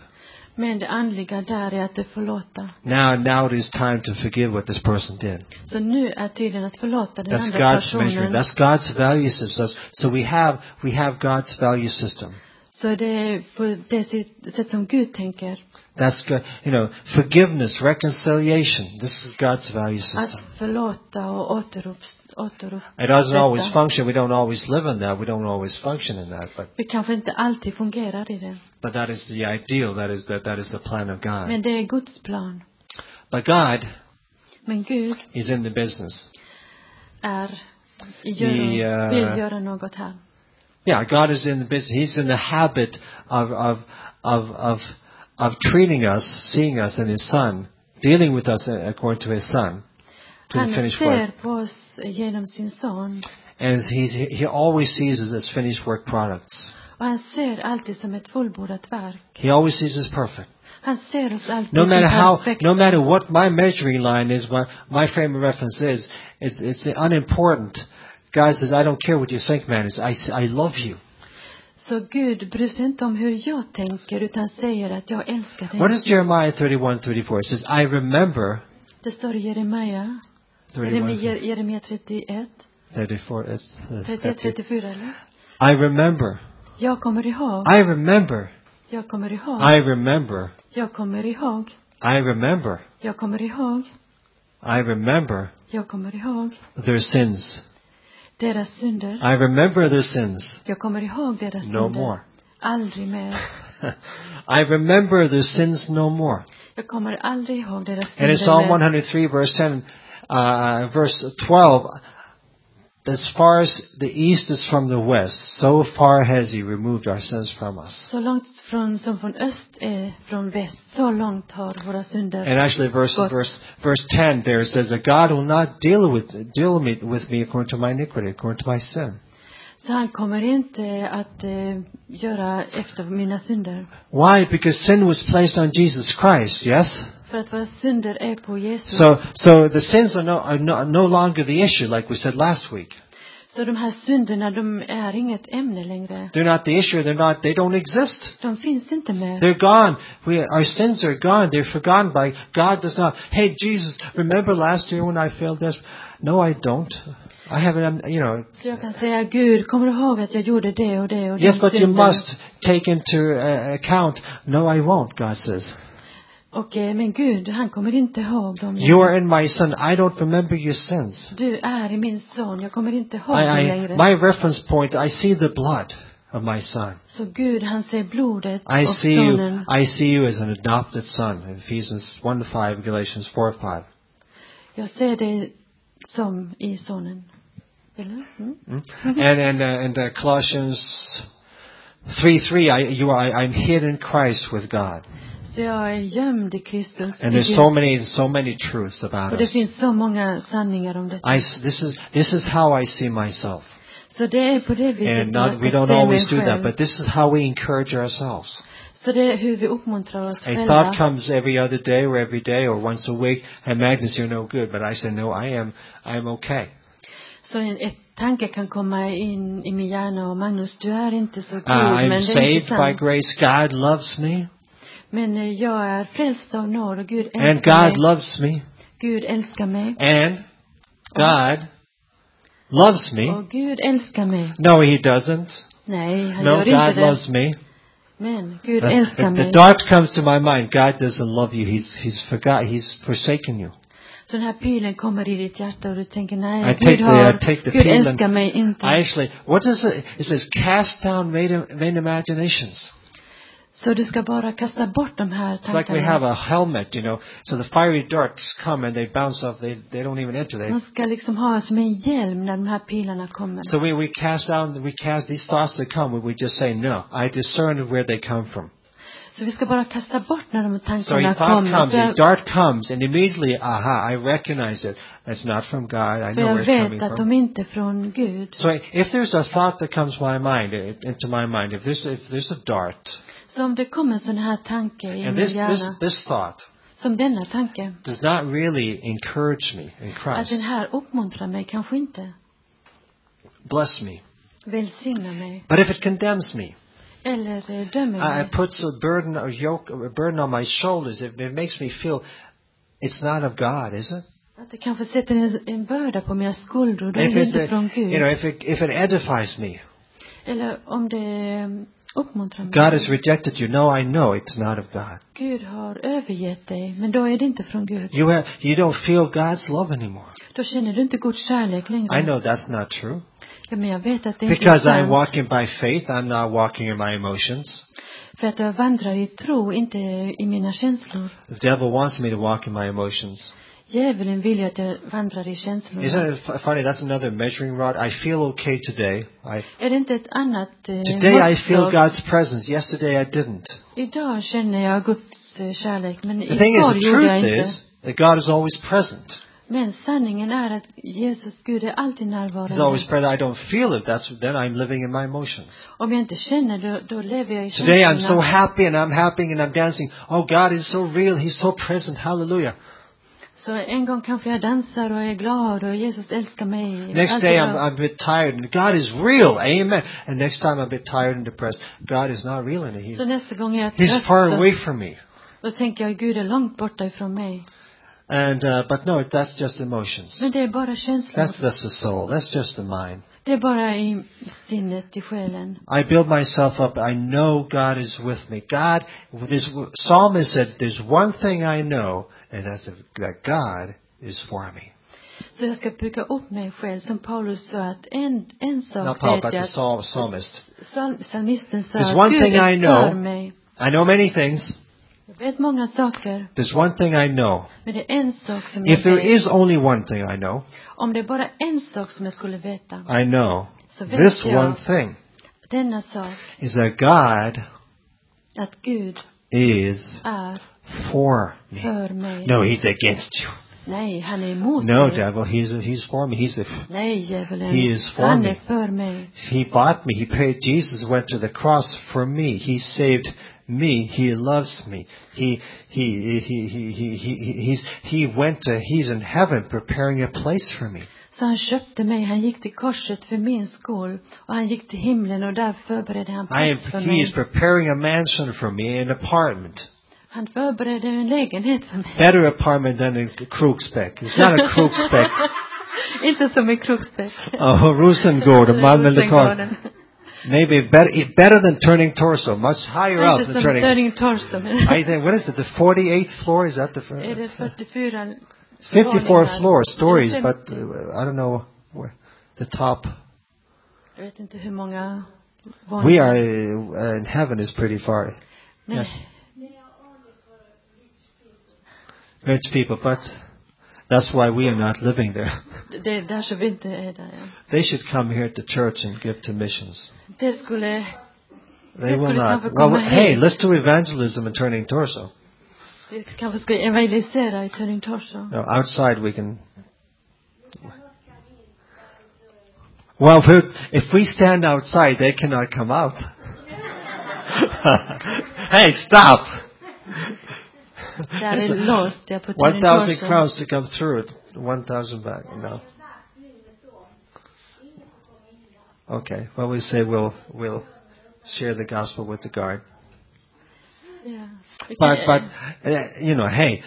Speaker 2: Men det andliga där är att förlåta.
Speaker 1: Now now it is time to forgive what this person did.
Speaker 2: Så nu är tiden att förlåta den
Speaker 1: That's
Speaker 2: andra
Speaker 1: God's measure.
Speaker 2: personen.
Speaker 1: That's God's value system. So we have we have God's value system.
Speaker 2: Så det är på det sätt- sätt som Gud tänker.
Speaker 1: That's good. You know, forgiveness, reconciliation. This is God's value system.
Speaker 2: Att förlåta och återupp- återupprätta.
Speaker 1: It doesn't always function. We don't always live in that. We don't always function in that. But
Speaker 2: Vi kanske inte alltid fungerar i det.
Speaker 1: but that is the ideal. That is that that is the plan of God.
Speaker 2: Men det är Guds plan.
Speaker 1: But God
Speaker 2: Men Gud
Speaker 1: is in the business.
Speaker 2: är, gör,
Speaker 1: I, eh,
Speaker 2: vill göra något här.
Speaker 1: Yeah, God is in the business. He's in the habit of of of of of treating us, seeing us in His Son, dealing with us according to His Son, to
Speaker 2: Han
Speaker 1: the finished work.
Speaker 2: ser på oss genom sin son.
Speaker 1: And he's, he always sees us as finished work products.
Speaker 2: Och han ser alltid som ett fullbordat verk.
Speaker 1: He always sees us perfect.
Speaker 2: Han ser oss alltid
Speaker 1: No
Speaker 2: som
Speaker 1: matter how,
Speaker 2: perfekta.
Speaker 1: no matter what my measuring line is, what my frame of reference is, it's, it's unimportant. God says, I don't care what you think, man. It's, I, s- I love you.
Speaker 2: Så Gud bryr sig inte om hur jag tänker utan säger att jag älskar dig.
Speaker 1: What is Jeremiah 31, 34? It says, I remember
Speaker 2: Det står i Jeremia, Jeremia,
Speaker 1: 31,
Speaker 2: Jeremia 31,
Speaker 1: 34. It's, uh,
Speaker 2: 31, 34 eller?
Speaker 1: I remember.
Speaker 2: Jag kommer ihåg,
Speaker 1: I remember.
Speaker 2: jag kommer ihåg,
Speaker 1: I remember.
Speaker 2: jag kommer ihåg,
Speaker 1: I remember.
Speaker 2: jag kommer ihåg,
Speaker 1: I remember
Speaker 2: jag kommer ihåg
Speaker 1: their sins.
Speaker 2: deras synder.
Speaker 1: I remember their sins.
Speaker 2: Jag kommer ihåg deras
Speaker 1: No
Speaker 2: synder.
Speaker 1: more. (laughs)
Speaker 2: Aldrig mer.
Speaker 1: I remember their sins no more.
Speaker 2: Jag kommer aldrig ihåg deras
Speaker 1: And in
Speaker 2: synder
Speaker 1: Psalm
Speaker 2: mer.
Speaker 1: 103, verse 10, uh, verse 12, as far as the east is from the west, so far has He removed our sins from us.
Speaker 2: Så långt från, som från öst är från väst, så långt har våra synder.
Speaker 1: And actually, verse
Speaker 2: But-
Speaker 1: verse verse 10 there it says that God will not deal with deal me, with me according to my iniquity, according to my sin.
Speaker 2: Så han kommer inte att eh, göra efter mina synder.
Speaker 1: Why? Because sin was placed on Jesus Christ. Yes.
Speaker 2: För att våra synder är på Jesus.
Speaker 1: So so the sins are no are no, no longer the issue, like we said last week.
Speaker 2: Så de här synderna, de är inget ämne längre.
Speaker 1: They're not the issue. They're not. They don't exist.
Speaker 2: De finns inte mer.
Speaker 1: They're gone. We, our sins are gone. They're forgotten by God. Does not. Hey Jesus, remember last year when I failed this? No, I don't. I haven't. um, You know.
Speaker 2: Så jag kan säga, Gud, kommer du ihåg att jag gjorde det och det och
Speaker 1: Yes,
Speaker 2: den
Speaker 1: but you
Speaker 2: synden?
Speaker 1: must take into uh, account. No, I won't. God says,
Speaker 2: Och, eh, men Gud, han kommer inte ihåg dem
Speaker 1: "You are in my Son. I don't remember your sins.
Speaker 2: Du är i min son, jag kommer inte ihåg
Speaker 1: I,
Speaker 2: dem
Speaker 1: I
Speaker 2: längre.
Speaker 1: my reference point. I see the blood of my Son.
Speaker 2: Så Gud, han ser blodet
Speaker 1: I
Speaker 2: och
Speaker 1: see you.
Speaker 2: sonen.
Speaker 1: I see you as an adopted son." Ephesians one to five, Galatians four to five.
Speaker 2: Jag ser dig som i sonen. Eller? Mm.
Speaker 1: and and uh, and uh, Colossians three three. I you are I, I'm hid in Christ with God.
Speaker 2: Så jag är gömd i Kristus.
Speaker 1: And
Speaker 2: i
Speaker 1: there's
Speaker 2: Gud.
Speaker 1: so many so many truths about
Speaker 2: och det
Speaker 1: us.
Speaker 2: finns så många sanningar om detta.
Speaker 1: I s- this is this is how I see myself.
Speaker 2: Så det är på det viset
Speaker 1: And
Speaker 2: jag
Speaker 1: not
Speaker 2: ska
Speaker 1: we don't
Speaker 2: se mig
Speaker 1: always do that,
Speaker 2: själv.
Speaker 1: but this is how we encourage ourselves.
Speaker 2: Så det är hur vi uppmuntrar oss
Speaker 1: A
Speaker 2: själva.
Speaker 1: thought comes every other day or every day or once a week. And Magnus, you're no good. But I say no, I am I'm okay.
Speaker 2: Så en ett tanke kan komma in i min hjärna och Magnus, du är inte så god,
Speaker 1: Uh, I'm
Speaker 2: men det är
Speaker 1: saved
Speaker 2: inte
Speaker 1: by
Speaker 2: sant.
Speaker 1: grace. God loves me,
Speaker 2: Men eh, jag är frälst av nåd och Gud
Speaker 1: and
Speaker 2: älskar
Speaker 1: God Oh.
Speaker 2: mig.
Speaker 1: loves me.
Speaker 2: Gud älskar mig.
Speaker 1: And God loves me.
Speaker 2: Och Gud älskar mig.
Speaker 1: No, he doesn't.
Speaker 2: Nej, han
Speaker 1: No,
Speaker 2: gör inte
Speaker 1: God
Speaker 2: det.
Speaker 1: loves me.
Speaker 2: Men Gud
Speaker 1: (laughs)
Speaker 2: älskar
Speaker 1: The, the
Speaker 2: mig.
Speaker 1: dart comes to my mind. God doesn't love you. He's he's forgot. He's forsaken you.
Speaker 2: Så den här pilen kommer i ditt hjärta och du tänker nej,
Speaker 1: I take
Speaker 2: Gud
Speaker 1: the-
Speaker 2: har,
Speaker 1: I take the
Speaker 2: Gud
Speaker 1: peel and-
Speaker 2: älskar mig inte.
Speaker 1: I actually, what is it? It says, cast down vain, vain imaginations.
Speaker 2: Så du ska bara kasta bort de här
Speaker 1: It's like we have
Speaker 2: tankarna.
Speaker 1: a helmet, you know. So the fiery darts come and they bounce off. They they don't even enter. They
Speaker 2: Man ska liksom ha som en hjälm när de här pilarna kommer.
Speaker 1: so we, we cast down. We cast these thoughts that come. We, we just say no. I discern where they come from.
Speaker 2: Så vi ska bara kasta bort när de här
Speaker 1: So a
Speaker 2: tankarna
Speaker 1: thought
Speaker 2: kommer.
Speaker 1: comes,
Speaker 2: Så
Speaker 1: a
Speaker 2: jag-
Speaker 1: dart comes, and immediately, aha, I recognize it. It's not from God. I
Speaker 2: För
Speaker 1: know
Speaker 2: jag
Speaker 1: where it's coming
Speaker 2: vet att
Speaker 1: from.
Speaker 2: de inte är från Gud.
Speaker 1: So if there's a thought that comes my mind, it- into my mind, if there's, if there's a dart,
Speaker 2: Så om det kommer en sån här tanke i min
Speaker 1: and this, this,
Speaker 2: hjärna,
Speaker 1: this thought
Speaker 2: som denna tanke,
Speaker 1: does not really encourage me in
Speaker 2: att
Speaker 1: Christ,
Speaker 2: den här uppmuntrar mig kanske inte,
Speaker 1: bless me.
Speaker 2: välsignar mig,
Speaker 1: But if it condemns me,
Speaker 2: eller eh, dömer
Speaker 1: I,
Speaker 2: mig,
Speaker 1: it puts a burden, a yoke, a burden on my shoulders. It, it makes me feel it's not of God, is it?
Speaker 2: att det kanske sätter en, en börda på mina skuldror, då är
Speaker 1: If
Speaker 2: det
Speaker 1: it's
Speaker 2: inte från
Speaker 1: a, you know,
Speaker 2: Gud.
Speaker 1: if it if it edifies me,
Speaker 2: Eller om det eh, uppmuntrar
Speaker 1: God
Speaker 2: mig.
Speaker 1: has rejected you. No, I know it's not of God.
Speaker 2: Gud har övergett dig, men då är det inte från Gud.
Speaker 1: You have, you don't feel God's love anymore.
Speaker 2: Då känner du inte Guds kärlek
Speaker 1: I
Speaker 2: längre.
Speaker 1: know that's not true
Speaker 2: Ja, men jag vet att det inte är
Speaker 1: because I'm
Speaker 2: sant.
Speaker 1: walking by faith. I'm not walking in my emotions.
Speaker 2: För att jag vandrar i tro, inte i mina känslor.
Speaker 1: The devil wants me to walk in my emotions.
Speaker 2: Djävulen vill ju att jag vandrar i känslor.
Speaker 1: Isn't it fu- funny? That's another measuring rod. I feel okay today. I,
Speaker 2: Är det inte ett annat eh,
Speaker 1: today I feel
Speaker 2: måttstock?
Speaker 1: God's presence. Yesterday I didn't.
Speaker 2: Idag känner jag Guds eh, kärlek, men
Speaker 1: The thing is,
Speaker 2: igår
Speaker 1: the
Speaker 2: gjorde jag
Speaker 1: truth
Speaker 2: inte.
Speaker 1: is that God is always present.
Speaker 2: Men sanningen är att Jesus Gud är alltid
Speaker 1: He's always
Speaker 2: närvarande.
Speaker 1: present. I don't feel it. That's then I'm living in my emotions.
Speaker 2: Om jag inte känner då, då lever jag i
Speaker 1: Today I'm so
Speaker 2: känslorna.
Speaker 1: happy and I'm happy and I'm dancing. Oh, God is so real. He's so present. Hallelujah.
Speaker 2: Så en gång kanske jag dansar och är glad och Jesus älskar mig. Alltså,
Speaker 1: Next
Speaker 2: Allt är
Speaker 1: day I'm,
Speaker 2: bra.
Speaker 1: I'm a bit tired and God is real. Amen. And next time I'm a bit tired and depressed. God is not real and he,
Speaker 2: Så nästa gång jag är
Speaker 1: He's far
Speaker 2: trött,
Speaker 1: away
Speaker 2: då,
Speaker 1: from me.
Speaker 2: då tänker jag Gud är långt borta ifrån mig.
Speaker 1: And, uh, but no, that's just emotions.
Speaker 2: Men det är bara känslor.
Speaker 1: That's just the soul. That's just the mind.
Speaker 2: Det är bara i sinnet, i själen.
Speaker 1: I build myself up. I know God is with me. God, this psalmist said, there's one thing I know, and that's that God is for me.
Speaker 2: Så jag ska bygga upp mig själv, som Paulus sa att en, en
Speaker 1: Not
Speaker 2: sak
Speaker 1: Paul, but
Speaker 2: vet jag.
Speaker 1: the psal- psalmist.
Speaker 2: Psalm- Psalmisten sa
Speaker 1: There's
Speaker 2: att
Speaker 1: one
Speaker 2: Gud
Speaker 1: thing I
Speaker 2: är
Speaker 1: know.
Speaker 2: för mig.
Speaker 1: I know many things.
Speaker 2: Jag vet många saker,
Speaker 1: There's one thing I know.
Speaker 2: men det är en sak som
Speaker 1: If
Speaker 2: jag
Speaker 1: there
Speaker 2: vet.
Speaker 1: is only one thing I know,
Speaker 2: Om det är bara en sak som jag skulle veta,
Speaker 1: I know
Speaker 2: så vet
Speaker 1: this
Speaker 2: jag
Speaker 1: one thing
Speaker 2: denna sak,
Speaker 1: is that God
Speaker 2: att Gud
Speaker 1: is
Speaker 2: är
Speaker 1: for me.
Speaker 2: för mig.
Speaker 1: No, he's against you.
Speaker 2: Nej, han är emot
Speaker 1: No,
Speaker 2: mig.
Speaker 1: devil, he's he's for me. He's a,
Speaker 2: Nej, djävulen.
Speaker 1: He is for
Speaker 2: han
Speaker 1: me.
Speaker 2: är för mig.
Speaker 1: he bought me. He paid. Jesus went to the cross for me. He saved me. He loves me. He he he he he, he he's he went to. He's in heaven preparing a place for me.
Speaker 2: Så han köpte mig, han gick till korset för min skull och han gick till himlen och där förberedde han
Speaker 1: I am,
Speaker 2: plats för
Speaker 1: he
Speaker 2: mig.
Speaker 1: is preparing a mansion for me, an apartment.
Speaker 2: Han förberedde en lägenhet
Speaker 1: (laughs)
Speaker 2: för mig. (laughs)
Speaker 1: Better apartment than a Krugspec. It's not a (laughs) Krugspec.
Speaker 2: Inte som i Kroksteg.
Speaker 1: A Rosengård,
Speaker 2: (laughs)
Speaker 1: a Malmö
Speaker 2: Rosengården.
Speaker 1: Maybe better, better than turning torso, much higher up
Speaker 2: Inte
Speaker 1: than
Speaker 2: som
Speaker 1: turning.
Speaker 2: Turning Torso. men- (laughs)
Speaker 1: I think, what is it, the 48th floor? Is that the
Speaker 2: Är det
Speaker 1: fir-
Speaker 2: 44?
Speaker 1: 54
Speaker 2: våningar?
Speaker 1: floor stories,
Speaker 2: Eller
Speaker 1: but
Speaker 2: 50?
Speaker 1: uh, I don't know where, the top.
Speaker 2: Jag vet inte hur många
Speaker 1: We
Speaker 2: våningar.
Speaker 1: are, uh, in heaven is pretty far.
Speaker 2: Men
Speaker 1: yes. Rich people, but that's why we are not living there. (laughs)
Speaker 2: Det är därför vi inte är där än.
Speaker 1: They should come here to church and give to missions.
Speaker 2: Det
Speaker 1: They
Speaker 2: skulle,
Speaker 1: will
Speaker 2: Yes, good
Speaker 1: not.
Speaker 2: example,
Speaker 1: Well,
Speaker 2: come
Speaker 1: we- hey,
Speaker 2: ahead.
Speaker 1: let's do evangelism and turning torso.
Speaker 2: vi kanske ska evangelisera i Turning Torso.
Speaker 1: No, outside we can. Well, if we- if we stand outside, they cannot come out. (laughs) hey, stop!
Speaker 2: Där är låst, jag på
Speaker 1: One
Speaker 2: Turning
Speaker 1: thousand
Speaker 2: Torso.
Speaker 1: crowns to come through it. One thousand back. No. Okay. Well, we say we'll we'll share the gospel with the guard.
Speaker 2: Ja.
Speaker 1: But but uh, you know, hey,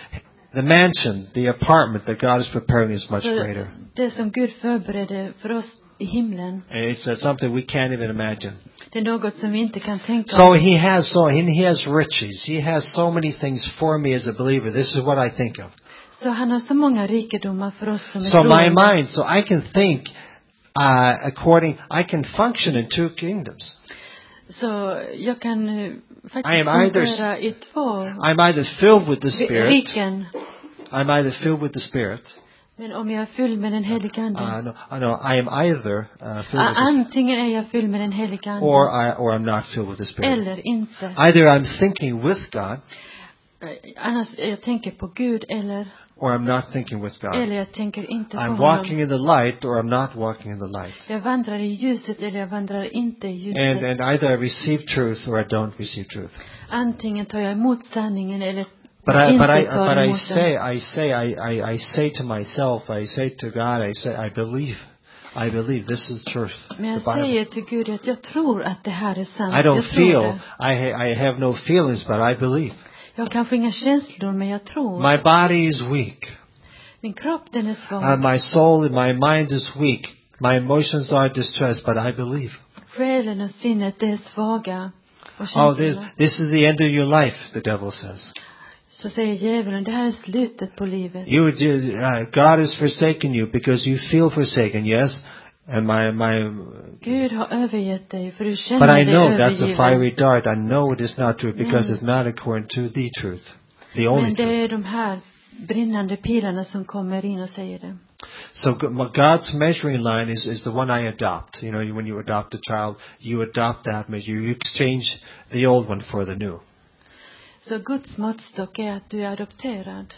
Speaker 1: the mansion, the apartment that God is preparing is much
Speaker 2: För
Speaker 1: greater.
Speaker 2: det som Gud förberedde för oss i himlen,
Speaker 1: And It's uh, something we can't even imagine.
Speaker 2: det är något som vi inte kan tänka
Speaker 1: So
Speaker 2: om.
Speaker 1: he has so and he has riches. He has so many things for me as a believer. This is what I think of.
Speaker 2: Så han har så många rikedomar för oss som är
Speaker 1: So my
Speaker 2: troende.
Speaker 1: mind, so I can think uh, according. I can function in two kingdoms.
Speaker 2: Så jag kan eh,
Speaker 1: I
Speaker 2: faktiskt
Speaker 1: am either s-
Speaker 2: fungera i två
Speaker 1: I'm either filled with the
Speaker 2: ri-
Speaker 1: Spirit.
Speaker 2: riken.
Speaker 1: I'm either filled with the Spirit.
Speaker 2: Men om jag är full med den heliga anden.
Speaker 1: Uh, no, uh, no, I am either uh, filled
Speaker 2: Ah,
Speaker 1: with the
Speaker 2: antingen är jag full med den heliga
Speaker 1: Spirit, or
Speaker 2: anden
Speaker 1: I or I'm not filled with the Spirit.
Speaker 2: eller inte.
Speaker 1: Either I'm thinking with God,
Speaker 2: eh, annars jag tänker på Gud eller,
Speaker 1: or I'm not thinking with God.
Speaker 2: eller jag tänker inte på
Speaker 1: I'm
Speaker 2: honom.
Speaker 1: walking in the light or I'm not walking in the light.
Speaker 2: Jag vandrar i ljuset eller jag vandrar inte i ljuset.
Speaker 1: And, and either I receive truth or I don't receive truth.
Speaker 2: Antingen tar jag emot sanningen eller
Speaker 1: But I,
Speaker 2: inte
Speaker 1: but I,
Speaker 2: tar
Speaker 1: but I
Speaker 2: emot den.
Speaker 1: say, I say, I, I, I say to myself, I say to God, I say, I believe, I believe this is truth,
Speaker 2: Men
Speaker 1: the
Speaker 2: jag
Speaker 1: Bible.
Speaker 2: säger till Gud att jag tror att det här är sant.
Speaker 1: I
Speaker 2: jag
Speaker 1: don't
Speaker 2: tror
Speaker 1: feel,
Speaker 2: det.
Speaker 1: I, ha- I have no feelings, but I believe.
Speaker 2: Jag har kanske inga känslor, men jag tror.
Speaker 1: My body is weak.
Speaker 2: Min kropp, den är svag.
Speaker 1: Uh, my soul and my mind is weak. My emotions are distressed, but I believe.
Speaker 2: Själen och sinnet, det är svaga. Och
Speaker 1: Oh, this,
Speaker 2: känslorna.
Speaker 1: this is the end of your life, the devil says.
Speaker 2: Så säger djävulen, det här är slutet på livet.
Speaker 1: You, you- uh, God has forsaken you because you feel forsaken, yes? And my, my,
Speaker 2: Gud har övergett dig, för du känner
Speaker 1: But I
Speaker 2: dig
Speaker 1: know that's a
Speaker 2: övergiven.
Speaker 1: fiery dart. I know it is not true because
Speaker 2: Mm.
Speaker 1: it's not according to the truth, the
Speaker 2: Men
Speaker 1: only
Speaker 2: det
Speaker 1: truth.
Speaker 2: är de här brinnande pilarna som kommer in och säger det.
Speaker 1: So g- my- God's measuring line is, is the one I adopt. You know, you- when you adopt a child, you adopt that measure. You exchange the old one for the new.
Speaker 2: Så Guds måttstock är att du är adopterad.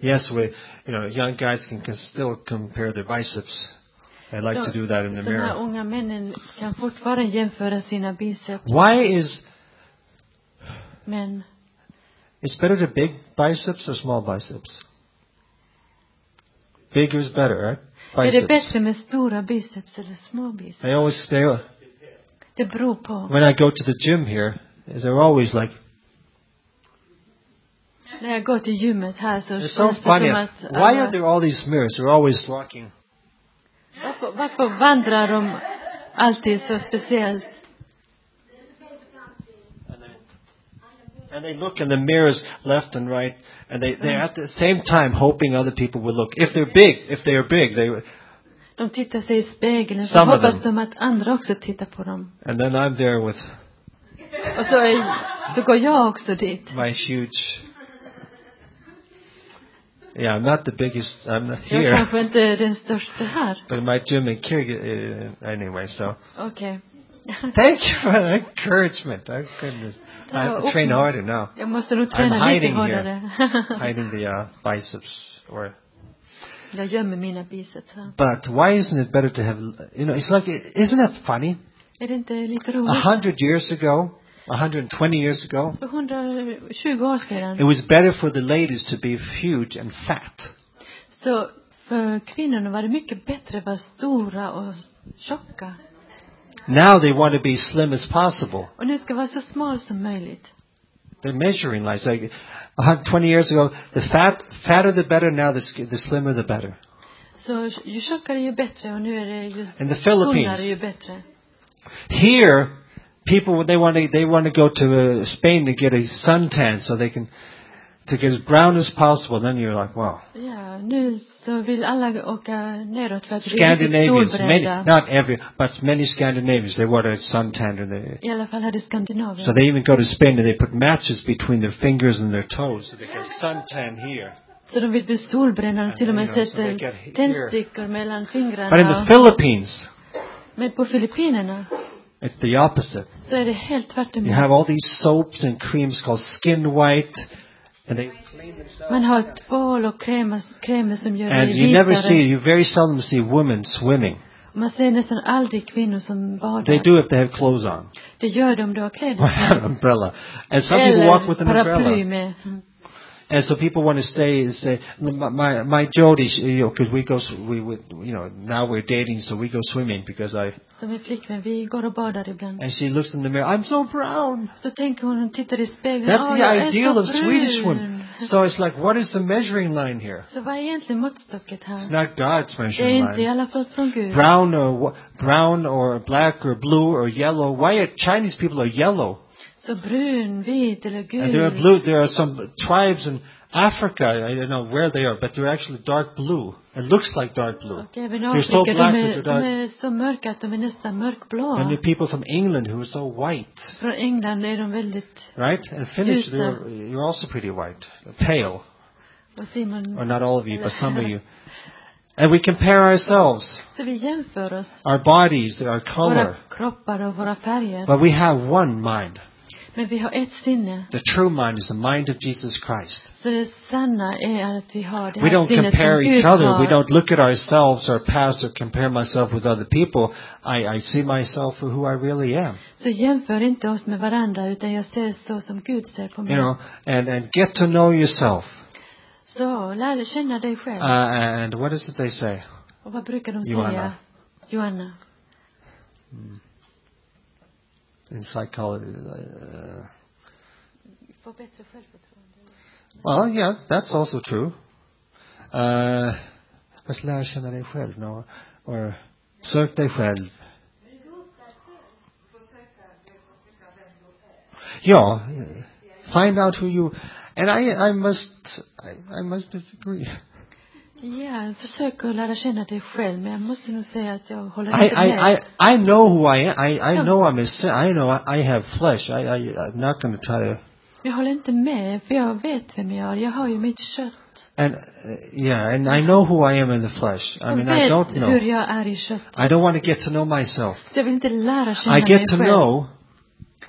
Speaker 1: Yes, we, you know, young guys can, can still compare their biceps. I like to do that in the
Speaker 2: de här
Speaker 1: mirror.
Speaker 2: unga männen kan fortfarande jämföra sina biceps,
Speaker 1: Why is
Speaker 2: men
Speaker 1: it's better to big biceps or small biceps? Bigger is better, right?
Speaker 2: är det
Speaker 1: Biceps.
Speaker 2: bättre med stora biceps eller små biceps?
Speaker 1: They always stay.
Speaker 2: Det beror på.
Speaker 1: when I go to the gym here, they're always like,
Speaker 2: När jag går till gymmet här så
Speaker 1: it's
Speaker 2: känns
Speaker 1: so
Speaker 2: det
Speaker 1: funny.
Speaker 2: som att
Speaker 1: Why
Speaker 2: alla,
Speaker 1: are there all these mirrors? They're always walking.
Speaker 2: varför, varför vandrar de alltid så speciellt?
Speaker 1: And they look in the mirrors left and right, and they, they're at the same time hoping other people will look. If they're big, if they are big, they,
Speaker 2: De tittar sig i spegeln så
Speaker 1: Some of
Speaker 2: hoppas
Speaker 1: them.
Speaker 2: de att andra också tittar på dem.
Speaker 1: and then I'm there with
Speaker 2: Och så, är, så går jag också dit.
Speaker 1: my huge, yeah, I'm not the biggest, I'm not
Speaker 2: Jag
Speaker 1: here,
Speaker 2: kanske inte är den största här.
Speaker 1: but my gym in Kyrgyz, uh, anyway, so.
Speaker 2: Okej.
Speaker 1: Thank you for the encouragement. Oh goodness. I have to train harder now.
Speaker 2: Jag måste nog
Speaker 1: I'm
Speaker 2: träna lite
Speaker 1: hiding
Speaker 2: hårdare.
Speaker 1: hiding the uh, biceps or
Speaker 2: (laughs) jag gömmer mina biceps här.
Speaker 1: (laughs) but why isn't it better to have you know it's like isn't that funny
Speaker 2: Är det inte lite
Speaker 1: a
Speaker 2: roligt?
Speaker 1: hundred years ago a hundred and twenty years ago
Speaker 2: För 120 år sedan
Speaker 1: it was better for the ladies to be huge and fat
Speaker 2: Så för kvinnorna var det mycket bättre att vara stora och tjocka.
Speaker 1: now they want to be slim as possible
Speaker 2: Och nu ska vara så smal som möjligt.
Speaker 1: they're measuring life like a hun- 20 years ago the fat fatter the better now the, sk- the slimmer the better
Speaker 2: Så ju tjockare ju bättre och nu är det just
Speaker 1: In the Philippines.
Speaker 2: tunnare ju bättre.
Speaker 1: here people they want to they want to go to uh, Spain to get a suntan so they can to get as brown as possible then you're like wow
Speaker 2: Ja, nu så vill alla åka neråt för att bli riktigt
Speaker 1: Scandinavians, many,
Speaker 2: solbrända.
Speaker 1: not every, but many Scandinavians, they want a suntan. And they,
Speaker 2: I alla fall här i Skandinavien.
Speaker 1: so they even go to Spain and they put matches between their fingers and their toes so they get suntan here.
Speaker 2: Så de vill bli solbrända och till och med
Speaker 1: Ja, så
Speaker 2: sätter
Speaker 1: det kan-
Speaker 2: tändstickor mellan
Speaker 1: But in the
Speaker 2: fingrarna.
Speaker 1: Philippines,
Speaker 2: Men på Filippinerna
Speaker 1: it's the opposite.
Speaker 2: så är det helt tvärtom.
Speaker 1: You have all these soaps and creams called Skin White, and they clean themselves.
Speaker 2: Man har tvål och krämer, krämer som gör dig
Speaker 1: And you never
Speaker 2: vitare.
Speaker 1: see, you very seldom see women swimming.
Speaker 2: Man ser nästan aldrig kvinnor som
Speaker 1: They
Speaker 2: badar.
Speaker 1: do if they have clothes on, (laughs)
Speaker 2: Det gör de om du har
Speaker 1: or
Speaker 2: kläder
Speaker 1: have an umbrella. And (laughs) some people walk with
Speaker 2: Eller
Speaker 1: an umbrella.
Speaker 2: paraply med.
Speaker 1: And so people want to stay and say, my, my, my Jody, she- you know, because we go, s- we would, you know, now we're dating, so we go swimming because I,
Speaker 2: Som min flickvän, vi går och badar ibland.
Speaker 1: and she looks in the mirror, I'm so brown.
Speaker 2: Så tänker hon, hon tittar i spegeln.
Speaker 1: That's
Speaker 2: "Åh,
Speaker 1: the
Speaker 2: jag är
Speaker 1: ideal
Speaker 2: så
Speaker 1: of Swedish
Speaker 2: brun."
Speaker 1: women. So it's like, what is the measuring line here?
Speaker 2: Så vad är egentligen måttstocket
Speaker 1: It's
Speaker 2: här?
Speaker 1: not God's
Speaker 2: Det är
Speaker 1: measuring
Speaker 2: inte i
Speaker 1: line.
Speaker 2: alla fall från Gud.
Speaker 1: Brown or wh- brown or black or blue or yellow. Why are Chinese people are yellow?
Speaker 2: Så brun, vit eller
Speaker 1: And there are
Speaker 2: gul.
Speaker 1: blue. There are some tribes in Africa. I don't know where they are, but they're actually dark blue. It looks like dark blue.
Speaker 2: Och även
Speaker 1: They're so
Speaker 2: Afrika,
Speaker 1: black
Speaker 2: de
Speaker 1: that
Speaker 2: är,
Speaker 1: they're
Speaker 2: de är så mörka att de är nästan
Speaker 1: And the
Speaker 2: mörkblå.
Speaker 1: people from England who are so white,
Speaker 2: Från England är de väldigt,
Speaker 1: right? And Finnish,
Speaker 2: Yes, sir.
Speaker 1: you're, you're also pretty white, pale,
Speaker 2: vad säger
Speaker 1: or
Speaker 2: man?
Speaker 1: not all of you, but some of
Speaker 2: (laughs)
Speaker 1: you. And we compare ourselves,
Speaker 2: Så vi jämför oss.
Speaker 1: our bodies, our
Speaker 2: Våra
Speaker 1: color,
Speaker 2: kroppar och våra färger.
Speaker 1: but we have one mind.
Speaker 2: Men vi har ett sinne.
Speaker 1: The true mind is the mind of Jesus Christ.
Speaker 2: Så det sanna är att vi har det
Speaker 1: We
Speaker 2: här
Speaker 1: don't
Speaker 2: sinnet som
Speaker 1: compare
Speaker 2: Gud
Speaker 1: each other. We
Speaker 2: har.
Speaker 1: don't look at ourselves, our past, or compare myself with other people. I, I see myself for who I really am.
Speaker 2: Så jämför inte oss med varandra utan jag ser så som Gud ser på
Speaker 1: You
Speaker 2: mig.
Speaker 1: know, and, and get to know yourself.
Speaker 2: Så lär känna dig själv.
Speaker 1: Uh, and what is it they say?
Speaker 2: Och vad brukar de
Speaker 1: Johanna.
Speaker 2: säga? Johanna.
Speaker 1: In psychology, uh,
Speaker 2: Få bättre självförtroende.
Speaker 1: well, yeah, that's also true. Uh, att lära känna dig själv, no, or sök dig själv. Ja, find out who you, and I, I must, I, I must disagree.
Speaker 2: Ja, försök att lära känna dig själv men jag måste nog säga att jag håller
Speaker 1: I,
Speaker 2: inte med.
Speaker 1: I, I, I know who I am. I, I know I'm a sin. I know I, I have flesh. I, I, I'm not going to try to.
Speaker 2: Jag håller inte med för jag vet vem jag är. Jag har ju mitt kött.
Speaker 1: And uh, yeah, and I know who I am in the flesh. I
Speaker 2: Jag
Speaker 1: mean, I
Speaker 2: vet
Speaker 1: don't
Speaker 2: hur
Speaker 1: know.
Speaker 2: jag är i kött.
Speaker 1: I don't want to get to know myself.
Speaker 2: Så jag vill inte lära känna
Speaker 1: I get
Speaker 2: mig
Speaker 1: to
Speaker 2: själv.
Speaker 1: know.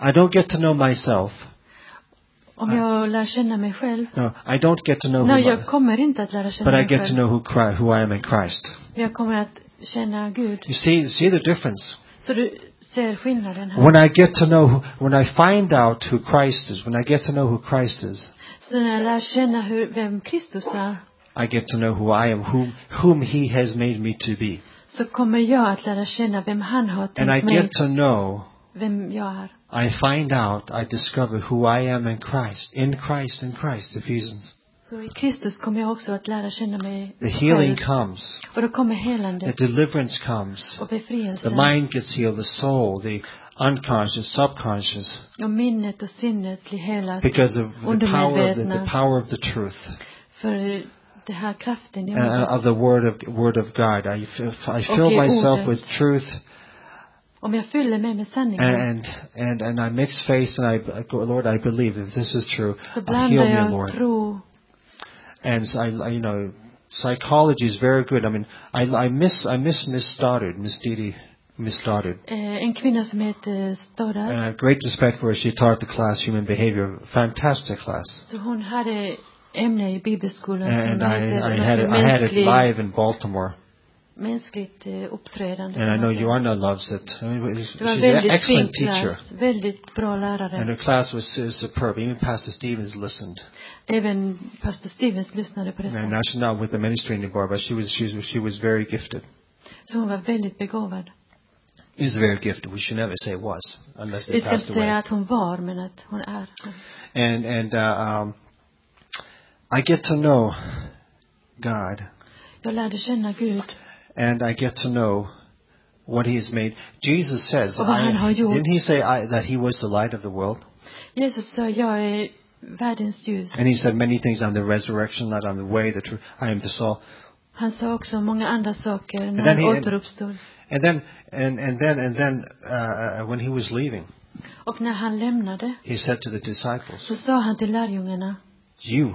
Speaker 1: I don't get to know myself.
Speaker 2: Om jag lär känna mig själv.
Speaker 1: No, I don't get to know who.
Speaker 2: Nej,
Speaker 1: My,
Speaker 2: jag kommer inte att lära känna
Speaker 1: but I
Speaker 2: mig
Speaker 1: get to
Speaker 2: själv.
Speaker 1: know who Christ, who I am in Christ.
Speaker 2: Men jag kommer att känna Gud.
Speaker 1: You see, see the difference.
Speaker 2: Så du ser skillnaden här.
Speaker 1: When I get to know, who, when I find out who Christ is, when I get to know who Christ is,
Speaker 2: Så när jag lär känna hur, vem Kristus är
Speaker 1: I get to know who I am, whom whom He has made me to be.
Speaker 2: så kommer jag att lära känna vem han har tänkt
Speaker 1: And I
Speaker 2: mig,
Speaker 1: get to know,
Speaker 2: vem jag är.
Speaker 1: I find out, I discover who I am in Christ, in Christ, in Christ, Ephesians.
Speaker 2: Så i Kristus kommer jag också att lära känna mig
Speaker 1: The healing
Speaker 2: själv.
Speaker 1: comes,
Speaker 2: Och då kommer
Speaker 1: the
Speaker 2: helandet
Speaker 1: deliverance comes,
Speaker 2: och
Speaker 1: the
Speaker 2: befrielsen
Speaker 1: mind gets healed, the soul, the unconscious, subconscious,
Speaker 2: och minnet och sinnet blir helat
Speaker 1: because of the power of the, the power of the truth,
Speaker 2: för det här kraften i
Speaker 1: and, and
Speaker 2: ordet.
Speaker 1: of the word of, word of God. I, f- I fill
Speaker 2: Okay,
Speaker 1: myself
Speaker 2: ordet.
Speaker 1: with truth,
Speaker 2: Om jag fyller mig med sanningen
Speaker 1: and, and, and I mix faith, and I, I go, Lord, I believe if this is true,
Speaker 2: så
Speaker 1: uh, heal
Speaker 2: blandar
Speaker 1: me, Lord.
Speaker 2: jag tro
Speaker 1: and so I, I- you know, psychology is very good. I mean, I, I miss I miss Miss Stoddard, Miss Dee Dee, Miss Stoddard,
Speaker 2: Eh, en kvinna som heter Stoddard.
Speaker 1: and I have great respect for her. She taught the class human behavior, fantastic class,
Speaker 2: Så hon hade ämne i bibelskolan
Speaker 1: uh, and
Speaker 2: som heter
Speaker 1: I I
Speaker 2: något
Speaker 1: had it, I had it
Speaker 2: mänsklig-
Speaker 1: live in Baltimore,
Speaker 2: mänskligt eh, uppträdande.
Speaker 1: and I know Joanna loves it. I mean, she's
Speaker 2: Det var
Speaker 1: she's an
Speaker 2: väldigt
Speaker 1: excellent
Speaker 2: fin
Speaker 1: teacher,
Speaker 2: klass, väldigt bra lärare.
Speaker 1: and uh, her class was su- superb. Even Pastor Stevens listened,
Speaker 2: Även pastor Stevens lyssnade på detta.
Speaker 1: and uh, now she's not with the ministry anymore, but she was she was she was very gifted.
Speaker 2: Så hon var väldigt begåvad.
Speaker 1: Is very gifted. We should never say was, unless they
Speaker 2: Vi ska
Speaker 1: passed
Speaker 2: inte
Speaker 1: away.
Speaker 2: säga att hon var, men att hon är.
Speaker 1: and and uh, um, I get to know God,
Speaker 2: Jag lärde känna Gud.
Speaker 1: and I get to know what He has made. Jesus says,
Speaker 2: Och vad han
Speaker 1: Oh, I,
Speaker 2: har gjort.
Speaker 1: didn't He say I, that He was the light of the world?
Speaker 2: Jesus sa, jag är världens ljus.
Speaker 1: And He said many things on the resurrection, not on the way, the truth. I am the soul.
Speaker 2: Han sa också många andra saker
Speaker 1: And
Speaker 2: när
Speaker 1: then
Speaker 2: han
Speaker 1: he-
Speaker 2: återuppstod.
Speaker 1: And then and and then and then uh, uh, when He was leaving,
Speaker 2: Och när han lämnade
Speaker 1: He said to the disciples,
Speaker 2: så sa han till lärjungarna,
Speaker 1: "You."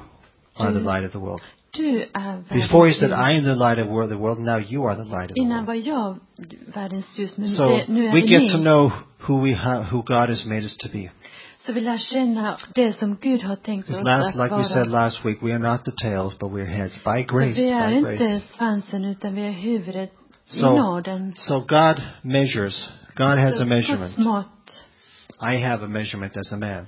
Speaker 1: Are the light of the world.
Speaker 2: du är världens
Speaker 1: Before he said,
Speaker 2: ljus.
Speaker 1: Mm. "I am the light of wor- the world," now you are the light of the
Speaker 2: Innan
Speaker 1: world.
Speaker 2: var jag världens ljus, men
Speaker 1: So
Speaker 2: det, nu är
Speaker 1: we
Speaker 2: det
Speaker 1: get to
Speaker 2: ni.
Speaker 1: know who we ha- who God has made us to be.
Speaker 2: Så vi lär känna det som Gud har tänkt oss
Speaker 1: Because
Speaker 2: att
Speaker 1: last, like
Speaker 2: vara.
Speaker 1: we said last week, we are not the tails, but we are heads by grace.
Speaker 2: så vi är
Speaker 1: By
Speaker 2: inte
Speaker 1: grace.
Speaker 2: svansen utan vi är huvudet
Speaker 1: So-
Speaker 2: i nåden.
Speaker 1: So God measures. God has
Speaker 2: Så
Speaker 1: a
Speaker 2: Guds
Speaker 1: measurement.
Speaker 2: mått.
Speaker 1: I have a measurement as a man.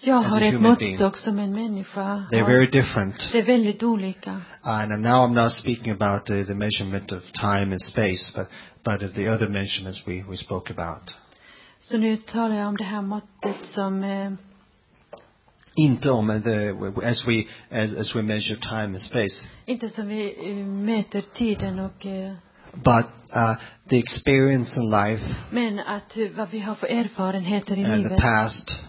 Speaker 2: Jag
Speaker 1: As
Speaker 2: har
Speaker 1: a
Speaker 2: ett
Speaker 1: human being.
Speaker 2: måttstock som en människa
Speaker 1: They're
Speaker 2: har.
Speaker 1: very different.
Speaker 2: Det är väldigt olika.
Speaker 1: Uh, and now I'm not speaking about the, the measurement of time and space, but but of the other measurements we, we spoke about.
Speaker 2: Så nu talar jag om det här måttet som eh,
Speaker 1: Inte om the, as we as, as we measure time and space,
Speaker 2: inte som vi eh, mäter tiden och eh,
Speaker 1: but uh, the experience in life
Speaker 2: men att eh, vad vi har för erfarenheter i
Speaker 1: and the
Speaker 2: livet.
Speaker 1: past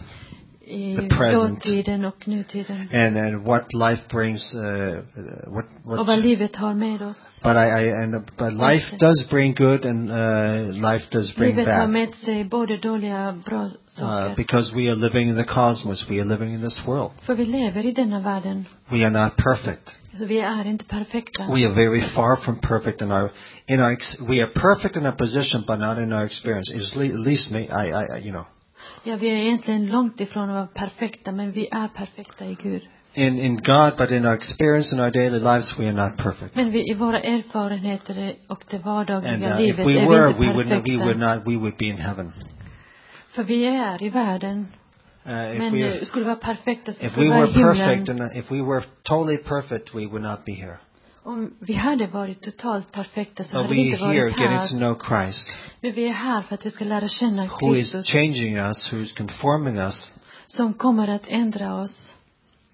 Speaker 2: I
Speaker 1: the present.
Speaker 2: dåtiden och nutiden.
Speaker 1: and and what life brings, uh, uh, what what
Speaker 2: Och vad livet har med oss.
Speaker 1: But I, I and but life
Speaker 2: Yes.
Speaker 1: does bring good and uh, life does bring
Speaker 2: Livet har
Speaker 1: bad
Speaker 2: med sig både dåliga och bra
Speaker 1: uh,
Speaker 2: saker.
Speaker 1: because we are living in the cosmos. We are living in this world.
Speaker 2: För vi lever i denna världen.
Speaker 1: We are not perfect.
Speaker 2: Så Vi är inte perfekta.
Speaker 1: We are very far from perfect in our in our ex- we are perfect in our position, but not in our experience. It's le- at least me. I, I I- you know
Speaker 2: Ja, vi är egentligen långt ifrån att vara perfekta, men vi är perfekta i Gud.
Speaker 1: in, in God, but in our experience in our daily lives, we are not perfect.
Speaker 2: Men vi, i våra erfarenheter och det
Speaker 1: And
Speaker 2: vardagliga
Speaker 1: uh,
Speaker 2: livet
Speaker 1: if we
Speaker 2: är
Speaker 1: were,
Speaker 2: vi
Speaker 1: we
Speaker 2: inte
Speaker 1: would not, we
Speaker 2: perfekta.
Speaker 1: would not, we would be in heaven.
Speaker 2: För vi är i världen.
Speaker 1: Uh, if
Speaker 2: Men
Speaker 1: we,
Speaker 2: eh, skulle vi vara perfekta så
Speaker 1: if
Speaker 2: skulle
Speaker 1: we
Speaker 2: vi vara
Speaker 1: were
Speaker 2: i himlen.
Speaker 1: perfect, and uh, if we were totally perfect, we would not be here.
Speaker 2: Om vi hade varit totalt perfekta så
Speaker 1: But
Speaker 2: hade vi
Speaker 1: we
Speaker 2: inte
Speaker 1: are here
Speaker 2: varit
Speaker 1: getting
Speaker 2: här.
Speaker 1: to know Christ,
Speaker 2: Men vi är här för att vi ska lära känna
Speaker 1: who is
Speaker 2: Kristus
Speaker 1: changing us, who is conforming us.
Speaker 2: som kommer att ändra oss.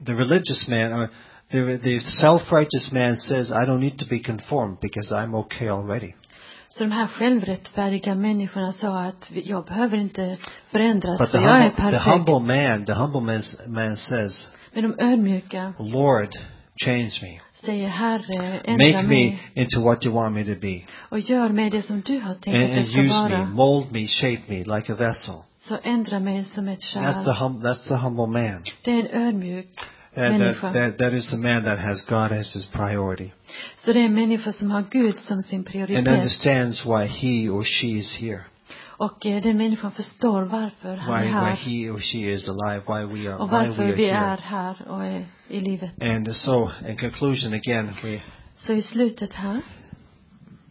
Speaker 1: The religious man, or the, the self-righteous man says, I don't need to be conformed because I'm okay already.
Speaker 2: Så de här självrättfärdiga människorna sa att vi- jag behöver inte förändras
Speaker 1: But
Speaker 2: för
Speaker 1: the
Speaker 2: jag är
Speaker 1: humble, the
Speaker 2: perfekt.
Speaker 1: humble man, the humble man, man says,
Speaker 2: Men de ödmjuka
Speaker 1: Lord, change me.
Speaker 2: säger Herre, ändra
Speaker 1: Make me
Speaker 2: mig
Speaker 1: into what you want me to be.
Speaker 2: och gör mig det som du har tänkt
Speaker 1: And,
Speaker 2: att
Speaker 1: and
Speaker 2: jag ska
Speaker 1: use me,
Speaker 2: vara.
Speaker 1: mold me, shape me like a vessel.
Speaker 2: Så ändra mig som ett
Speaker 1: That's the
Speaker 2: kärl.
Speaker 1: hum, that's the humble man.
Speaker 2: Det är en ödmjuk
Speaker 1: And that,
Speaker 2: människa.
Speaker 1: that, that is the man that has God as his priority
Speaker 2: Så det är en människa som har Gud som sin
Speaker 1: and
Speaker 2: prioritet.
Speaker 1: understands why he or she is here,
Speaker 2: Och eh, den människan förstår varför han
Speaker 1: why,
Speaker 2: är
Speaker 1: why
Speaker 2: här
Speaker 1: he or she is alive, why we are,
Speaker 2: och
Speaker 1: why we
Speaker 2: varför
Speaker 1: are
Speaker 2: vi är
Speaker 1: here.
Speaker 2: här och är i livet.
Speaker 1: And so, in conclusion, again, we,
Speaker 2: Så i slutet här,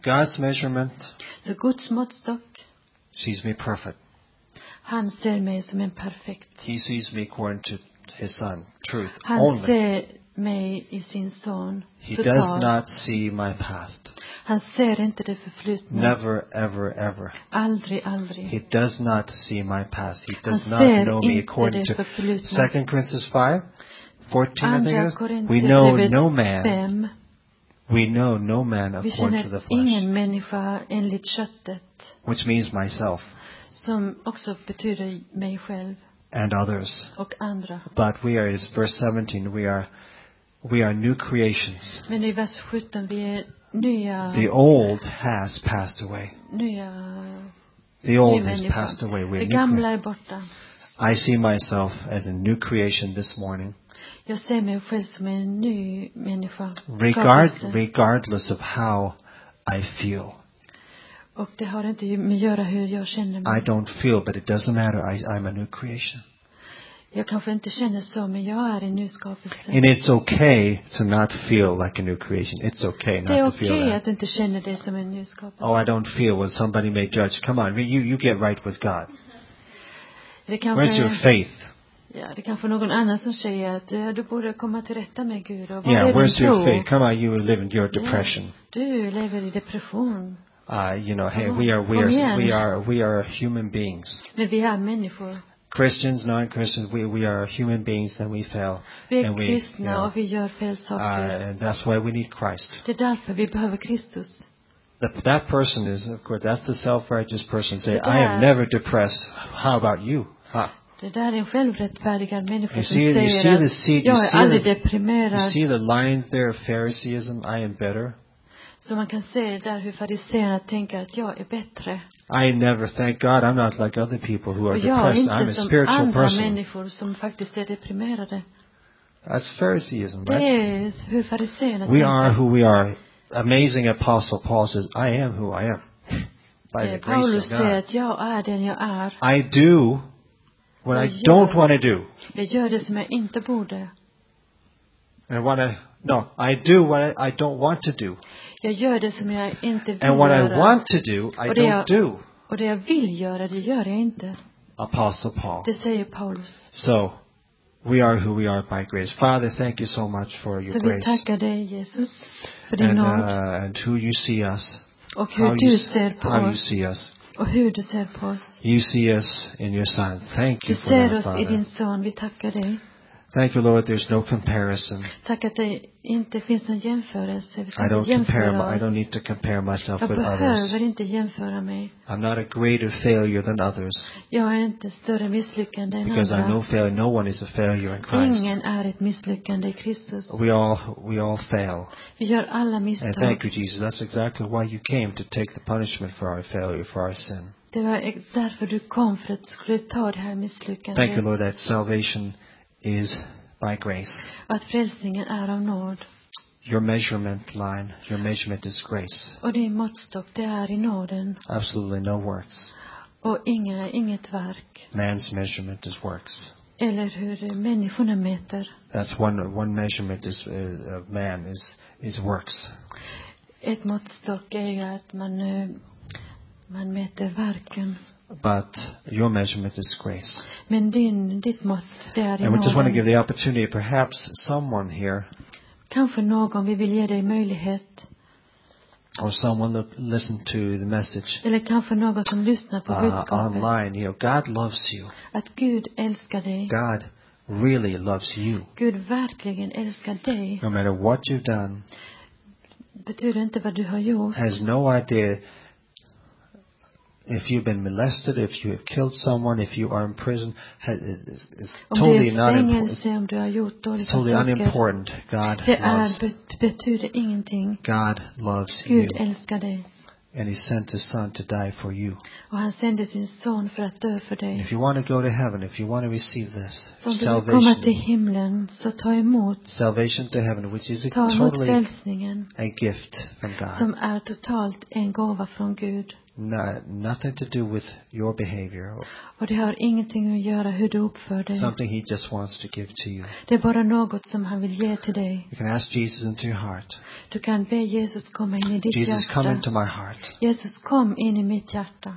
Speaker 1: God's measurement
Speaker 2: så Guds måttstock,
Speaker 1: sees me perfect.
Speaker 2: han ser mig som en perfekt.
Speaker 1: He sees me according to his son, truth
Speaker 2: Han
Speaker 1: only.
Speaker 2: ser mig i sin son,
Speaker 1: He does
Speaker 2: total.
Speaker 1: not see my past.
Speaker 2: Han ser inte det förflutna.
Speaker 1: Never, ever, ever.
Speaker 2: Aldrig, aldrig.
Speaker 1: He does not see my past. He does
Speaker 2: Han
Speaker 1: not
Speaker 2: ser
Speaker 1: know me
Speaker 2: inte
Speaker 1: according
Speaker 2: det
Speaker 1: to
Speaker 2: förflutna.
Speaker 1: 2 Corinthians 5, 14, I think
Speaker 2: Andra
Speaker 1: it is. We know no
Speaker 2: Korinthierbrevet
Speaker 1: man,
Speaker 2: 5.
Speaker 1: we know no man
Speaker 2: Vi
Speaker 1: according to the
Speaker 2: känner
Speaker 1: flesh,
Speaker 2: ingen människa enligt köttet,
Speaker 1: which means myself
Speaker 2: som också betyder mig själv
Speaker 1: and others.
Speaker 2: och andra.
Speaker 1: But we are, is verse 17, we are, we are new creations.
Speaker 2: Men i vers 17, vi är nya,
Speaker 1: The old has passed away.
Speaker 2: nya
Speaker 1: The
Speaker 2: ny
Speaker 1: old has
Speaker 2: människa.
Speaker 1: passed away. We're
Speaker 2: Det
Speaker 1: new crea-
Speaker 2: gamla är borta.
Speaker 1: I see myself as a new creation this morning,
Speaker 2: Jag ser mig själv som en ny människa.
Speaker 1: regard,
Speaker 2: skapelse.
Speaker 1: regardless of how I feel.
Speaker 2: Och det har inte ju med att göra hur jag känner
Speaker 1: I
Speaker 2: mig.
Speaker 1: don't feel, but it doesn't matter. I, I'm a new creation.
Speaker 2: Jag kanske inte känner så, men jag är en ny skapelse.
Speaker 1: And it's okay to not feel like a new creation. It's okay
Speaker 2: Det är
Speaker 1: not to
Speaker 2: okej
Speaker 1: feel
Speaker 2: att
Speaker 1: that.
Speaker 2: du inte känner dig som en ny skapelse.
Speaker 1: Oh, I don't feel when somebody may judge. Come on, you, you get right with God.
Speaker 2: Det
Speaker 1: Where's your faith?
Speaker 2: Ja, det kanske någon annan som säger att eh, du borde komma till rätta med Gud och vad
Speaker 1: Yeah,
Speaker 2: är
Speaker 1: where's
Speaker 2: din
Speaker 1: your
Speaker 2: tro?
Speaker 1: faith? Come on, you live in your depression.
Speaker 2: Du lever i depression.
Speaker 1: Uh, you know, hey, we are, we are, we are, we are human beings.
Speaker 2: Men vi är människor.
Speaker 1: Christians, non-Christians, we, we are human beings and we fail.
Speaker 2: Vi är
Speaker 1: and we, you
Speaker 2: kristna
Speaker 1: know,
Speaker 2: och vi gör fel
Speaker 1: uh,
Speaker 2: saker.
Speaker 1: and that's why we need Christ.
Speaker 2: Det är därför vi behöver Kristus.
Speaker 1: That, that person is, of course, that's the self-righteous person. Say,
Speaker 2: But
Speaker 1: I am
Speaker 2: that-
Speaker 1: never depressed. How about you? Huh?
Speaker 2: Det där är en självrättfärdigad människa
Speaker 1: You
Speaker 2: som
Speaker 1: see, you see
Speaker 2: säger
Speaker 1: the
Speaker 2: att
Speaker 1: seed. You
Speaker 2: jag är
Speaker 1: see
Speaker 2: aldrig
Speaker 1: the, you
Speaker 2: deprimerad.
Speaker 1: see the line there of Phariseeism. I am better.
Speaker 2: Så man kan se där hur fariséerna tänker att jag är bättre.
Speaker 1: I never. Thank God, I'm not like other people who are
Speaker 2: Och jag är
Speaker 1: depressed. I'm
Speaker 2: inte
Speaker 1: a
Speaker 2: som
Speaker 1: spiritual
Speaker 2: andra
Speaker 1: person.
Speaker 2: människor som faktiskt är deprimerade.
Speaker 1: That's Phariseeism,
Speaker 2: Det
Speaker 1: right?
Speaker 2: är hur fariséerna
Speaker 1: We are
Speaker 2: tänker.
Speaker 1: who we are. Amazing Apostle Paul says, "I am who I am by the
Speaker 2: Eh,
Speaker 1: grace
Speaker 2: Paulus
Speaker 1: of
Speaker 2: säger
Speaker 1: God."
Speaker 2: att jag är den jag är.
Speaker 1: I do what I
Speaker 2: Oh, yeah.
Speaker 1: don't want to do.
Speaker 2: Jag gör det som jag inte borde.
Speaker 1: And what I no, I do what I, I don't want to do.
Speaker 2: Jag gör det som jag inte vill
Speaker 1: And what I
Speaker 2: göra.
Speaker 1: want to do, I
Speaker 2: Och det
Speaker 1: don't
Speaker 2: jag-
Speaker 1: do.
Speaker 2: Och det jag vill göra, det gör jag inte.
Speaker 1: Apostle Paul.
Speaker 2: Det säger Paulus.
Speaker 1: So, we are who we are by grace. Father, thank you so much for your
Speaker 2: Så vi
Speaker 1: grace
Speaker 2: tackar dig, Jesus, för din
Speaker 1: and
Speaker 2: nåd
Speaker 1: uh, and who you see us,
Speaker 2: och
Speaker 1: how
Speaker 2: hur
Speaker 1: you
Speaker 2: du
Speaker 1: s-
Speaker 2: ser på
Speaker 1: how you
Speaker 2: oss
Speaker 1: see us.
Speaker 2: och hur du ser på oss.
Speaker 1: You see us in your Son. Thank
Speaker 2: Du
Speaker 1: you for
Speaker 2: ser
Speaker 1: that,
Speaker 2: oss i din
Speaker 1: Father.
Speaker 2: son. Vi tackar dig.
Speaker 1: Thank you, Lord. There's no comparison.
Speaker 2: Tack att det inte finns någon jämförelse. Vi ska
Speaker 1: I don't
Speaker 2: inte
Speaker 1: compare. my-
Speaker 2: jämföra
Speaker 1: I
Speaker 2: oss.
Speaker 1: don't need to compare myself
Speaker 2: Jag
Speaker 1: with others.
Speaker 2: behöver inte jämföra mig.
Speaker 1: I'm not a greater failure than others
Speaker 2: Jag är inte större misslyckande än
Speaker 1: because I'm no
Speaker 2: andra.
Speaker 1: failure. No one is a failure in Christ.
Speaker 2: Ingen är ett misslyckande i Kristus.
Speaker 1: We all we all fail.
Speaker 2: Vi gör alla
Speaker 1: And
Speaker 2: misstag.
Speaker 1: thank you, Jesus. That's exactly why you came to take the punishment for our failure, for our sin.
Speaker 2: Det var ex- därför du kom, för att du skulle ta det här misslyckandet.
Speaker 1: Thank you, Lord, that salvation is by grace.
Speaker 2: Och att frälsningen är av nåd.
Speaker 1: Your measurement line, your measurement is grace.
Speaker 2: Och din måttstock, det är i nåden.
Speaker 1: Absolutely no works.
Speaker 2: och ingen är inget verk.
Speaker 1: Man's measurement is works.
Speaker 2: Eller hur människorna mäter.
Speaker 1: That's one one measurement is uh, of man is is works.
Speaker 2: Ett måttstock är ju att man, eh, man mäter verken.
Speaker 1: But your measurement is grace.
Speaker 2: Men din, ditt mått, det är i
Speaker 1: And we just want to
Speaker 2: nåden.
Speaker 1: give the opportunity, perhaps someone here
Speaker 2: Kanske någon vi vill ge dig möjlighet.
Speaker 1: or someone that listened to the message
Speaker 2: Eller kanske någon som lyssnar på
Speaker 1: uh,
Speaker 2: budskapet.
Speaker 1: online. You know, God loves you.
Speaker 2: Att Gud älskar dig.
Speaker 1: God really loves you.
Speaker 2: Gud verkligen älskar dig.
Speaker 1: No matter what you've done,
Speaker 2: Betyder inte vad du har gjort.
Speaker 1: has no idea if you've been molested, if you have killed someone, if you are in prison. ha- it- It's it's
Speaker 2: Om
Speaker 1: totally
Speaker 2: du är
Speaker 1: not
Speaker 2: i
Speaker 1: important.
Speaker 2: fängelse, om du har gjort dåliga
Speaker 1: It's totally
Speaker 2: saker.
Speaker 1: unimportant. God
Speaker 2: Det
Speaker 1: loves.
Speaker 2: är, bet- betyder ingenting.
Speaker 1: God loves you,
Speaker 2: Gud älskar dig.
Speaker 1: and He sent His Son to die for you.
Speaker 2: Och han sände sin son för att dö för
Speaker 1: And
Speaker 2: dig.
Speaker 1: if you want to go to heaven, if you want to receive this
Speaker 2: Så om du vill komma till
Speaker 1: salvation,
Speaker 2: himlen, så ta emot.
Speaker 1: salvation to heaven, which is a
Speaker 2: Ta emot
Speaker 1: totally Ah.
Speaker 2: frälsningen.
Speaker 1: a gift from God,
Speaker 2: Som är totalt en gåva från Gud.
Speaker 1: no, nothing to do with your behavior, or
Speaker 2: Och det har ingenting att göra hur du uppför dig.
Speaker 1: something He just wants to give to you.
Speaker 2: Det är bara något som han vill ge till dig.
Speaker 1: You can ask Jesus into your heart.
Speaker 2: Du kan be Jesus komma in i ditt
Speaker 1: Jesus, come
Speaker 2: hjärta.
Speaker 1: into my heart.
Speaker 2: Jesus, kom in i mitt hjärta.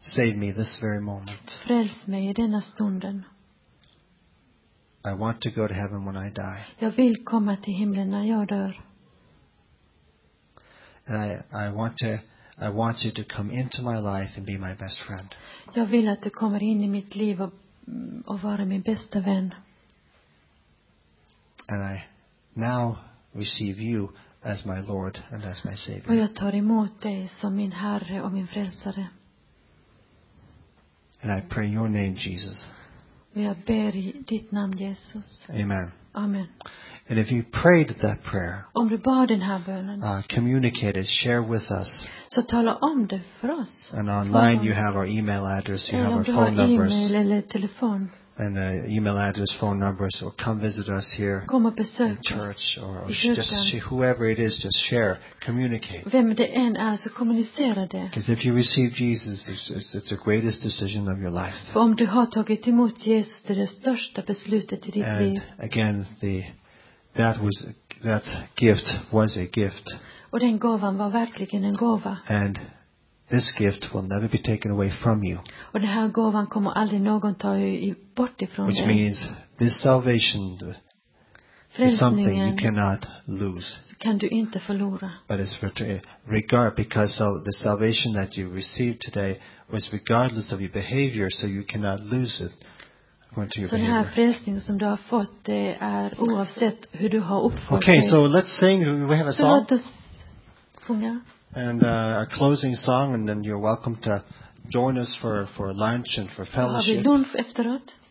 Speaker 1: Save me this very moment.
Speaker 2: Fräls mig i denna stunden.
Speaker 1: I want to go to heaven when I die.
Speaker 2: Jag vill komma till himlen när jag dör.
Speaker 1: And I, I want to, I want you to come into my life and be my best friend.
Speaker 2: Jag vill att du kommer in i mitt liv och, mm, och vara min bästa vän.
Speaker 1: And I now receive you as my Lord and as my
Speaker 2: Och
Speaker 1: Savior.
Speaker 2: jag tar emot dig som min Herre och min Frälsare.
Speaker 1: And I pray your name, Jesus.
Speaker 2: Och jag ber i ditt namn Jesus.
Speaker 1: Amen.
Speaker 2: Amen.
Speaker 1: And if you prayed that prayer,
Speaker 2: Om du bad den här bönen,
Speaker 1: uh, communicate it, share with us.
Speaker 2: så tala om det för oss.
Speaker 1: And online you have our email address, you have
Speaker 2: Eller om
Speaker 1: our
Speaker 2: du har
Speaker 1: phone
Speaker 2: e-mail
Speaker 1: numbers,
Speaker 2: eller telefon.
Speaker 1: and uh, email address, phone numbers, or come visit us here
Speaker 2: Kom och
Speaker 1: in
Speaker 2: besök oss.
Speaker 1: church, or, or
Speaker 2: I
Speaker 1: just
Speaker 2: kyrkan.
Speaker 1: sh- whoever it is, just share, communicate.
Speaker 2: Vem det än är, så kommunicera det.
Speaker 1: Because if you receive Jesus, it's, it's, it's the greatest decision of your life.
Speaker 2: För om du har tagit emot Jesus, det är det största beslutet i ditt
Speaker 1: And
Speaker 2: liv.
Speaker 1: again, the that was that gift was a gift,
Speaker 2: Och den gåvan var verkligen en gåva.
Speaker 1: and this gift will never be taken away from you.
Speaker 2: Och den här gåvan kommer aldrig någon ta i- i- bort ifrån
Speaker 1: Which
Speaker 2: dig.
Speaker 1: means this salvation is something you
Speaker 2: Frälsningen
Speaker 1: cannot lose,
Speaker 2: så kan du inte förlora.
Speaker 1: but it's for regard because so the salvation that you received today was regardless of your behavior, so you cannot lose it according to your
Speaker 2: Så den här
Speaker 1: behavior.
Speaker 2: frälsningen som du har fått, det är oavsett hur du har uppfört
Speaker 1: Okay,
Speaker 2: dig.
Speaker 1: so let's sing. We have a
Speaker 2: så
Speaker 1: song.
Speaker 2: låt oss sjunga.
Speaker 1: And uh, our closing song, and then you're welcome to join us for, for lunch and for
Speaker 2: Då har vi
Speaker 1: fellowship.
Speaker 2: lunch efteråt.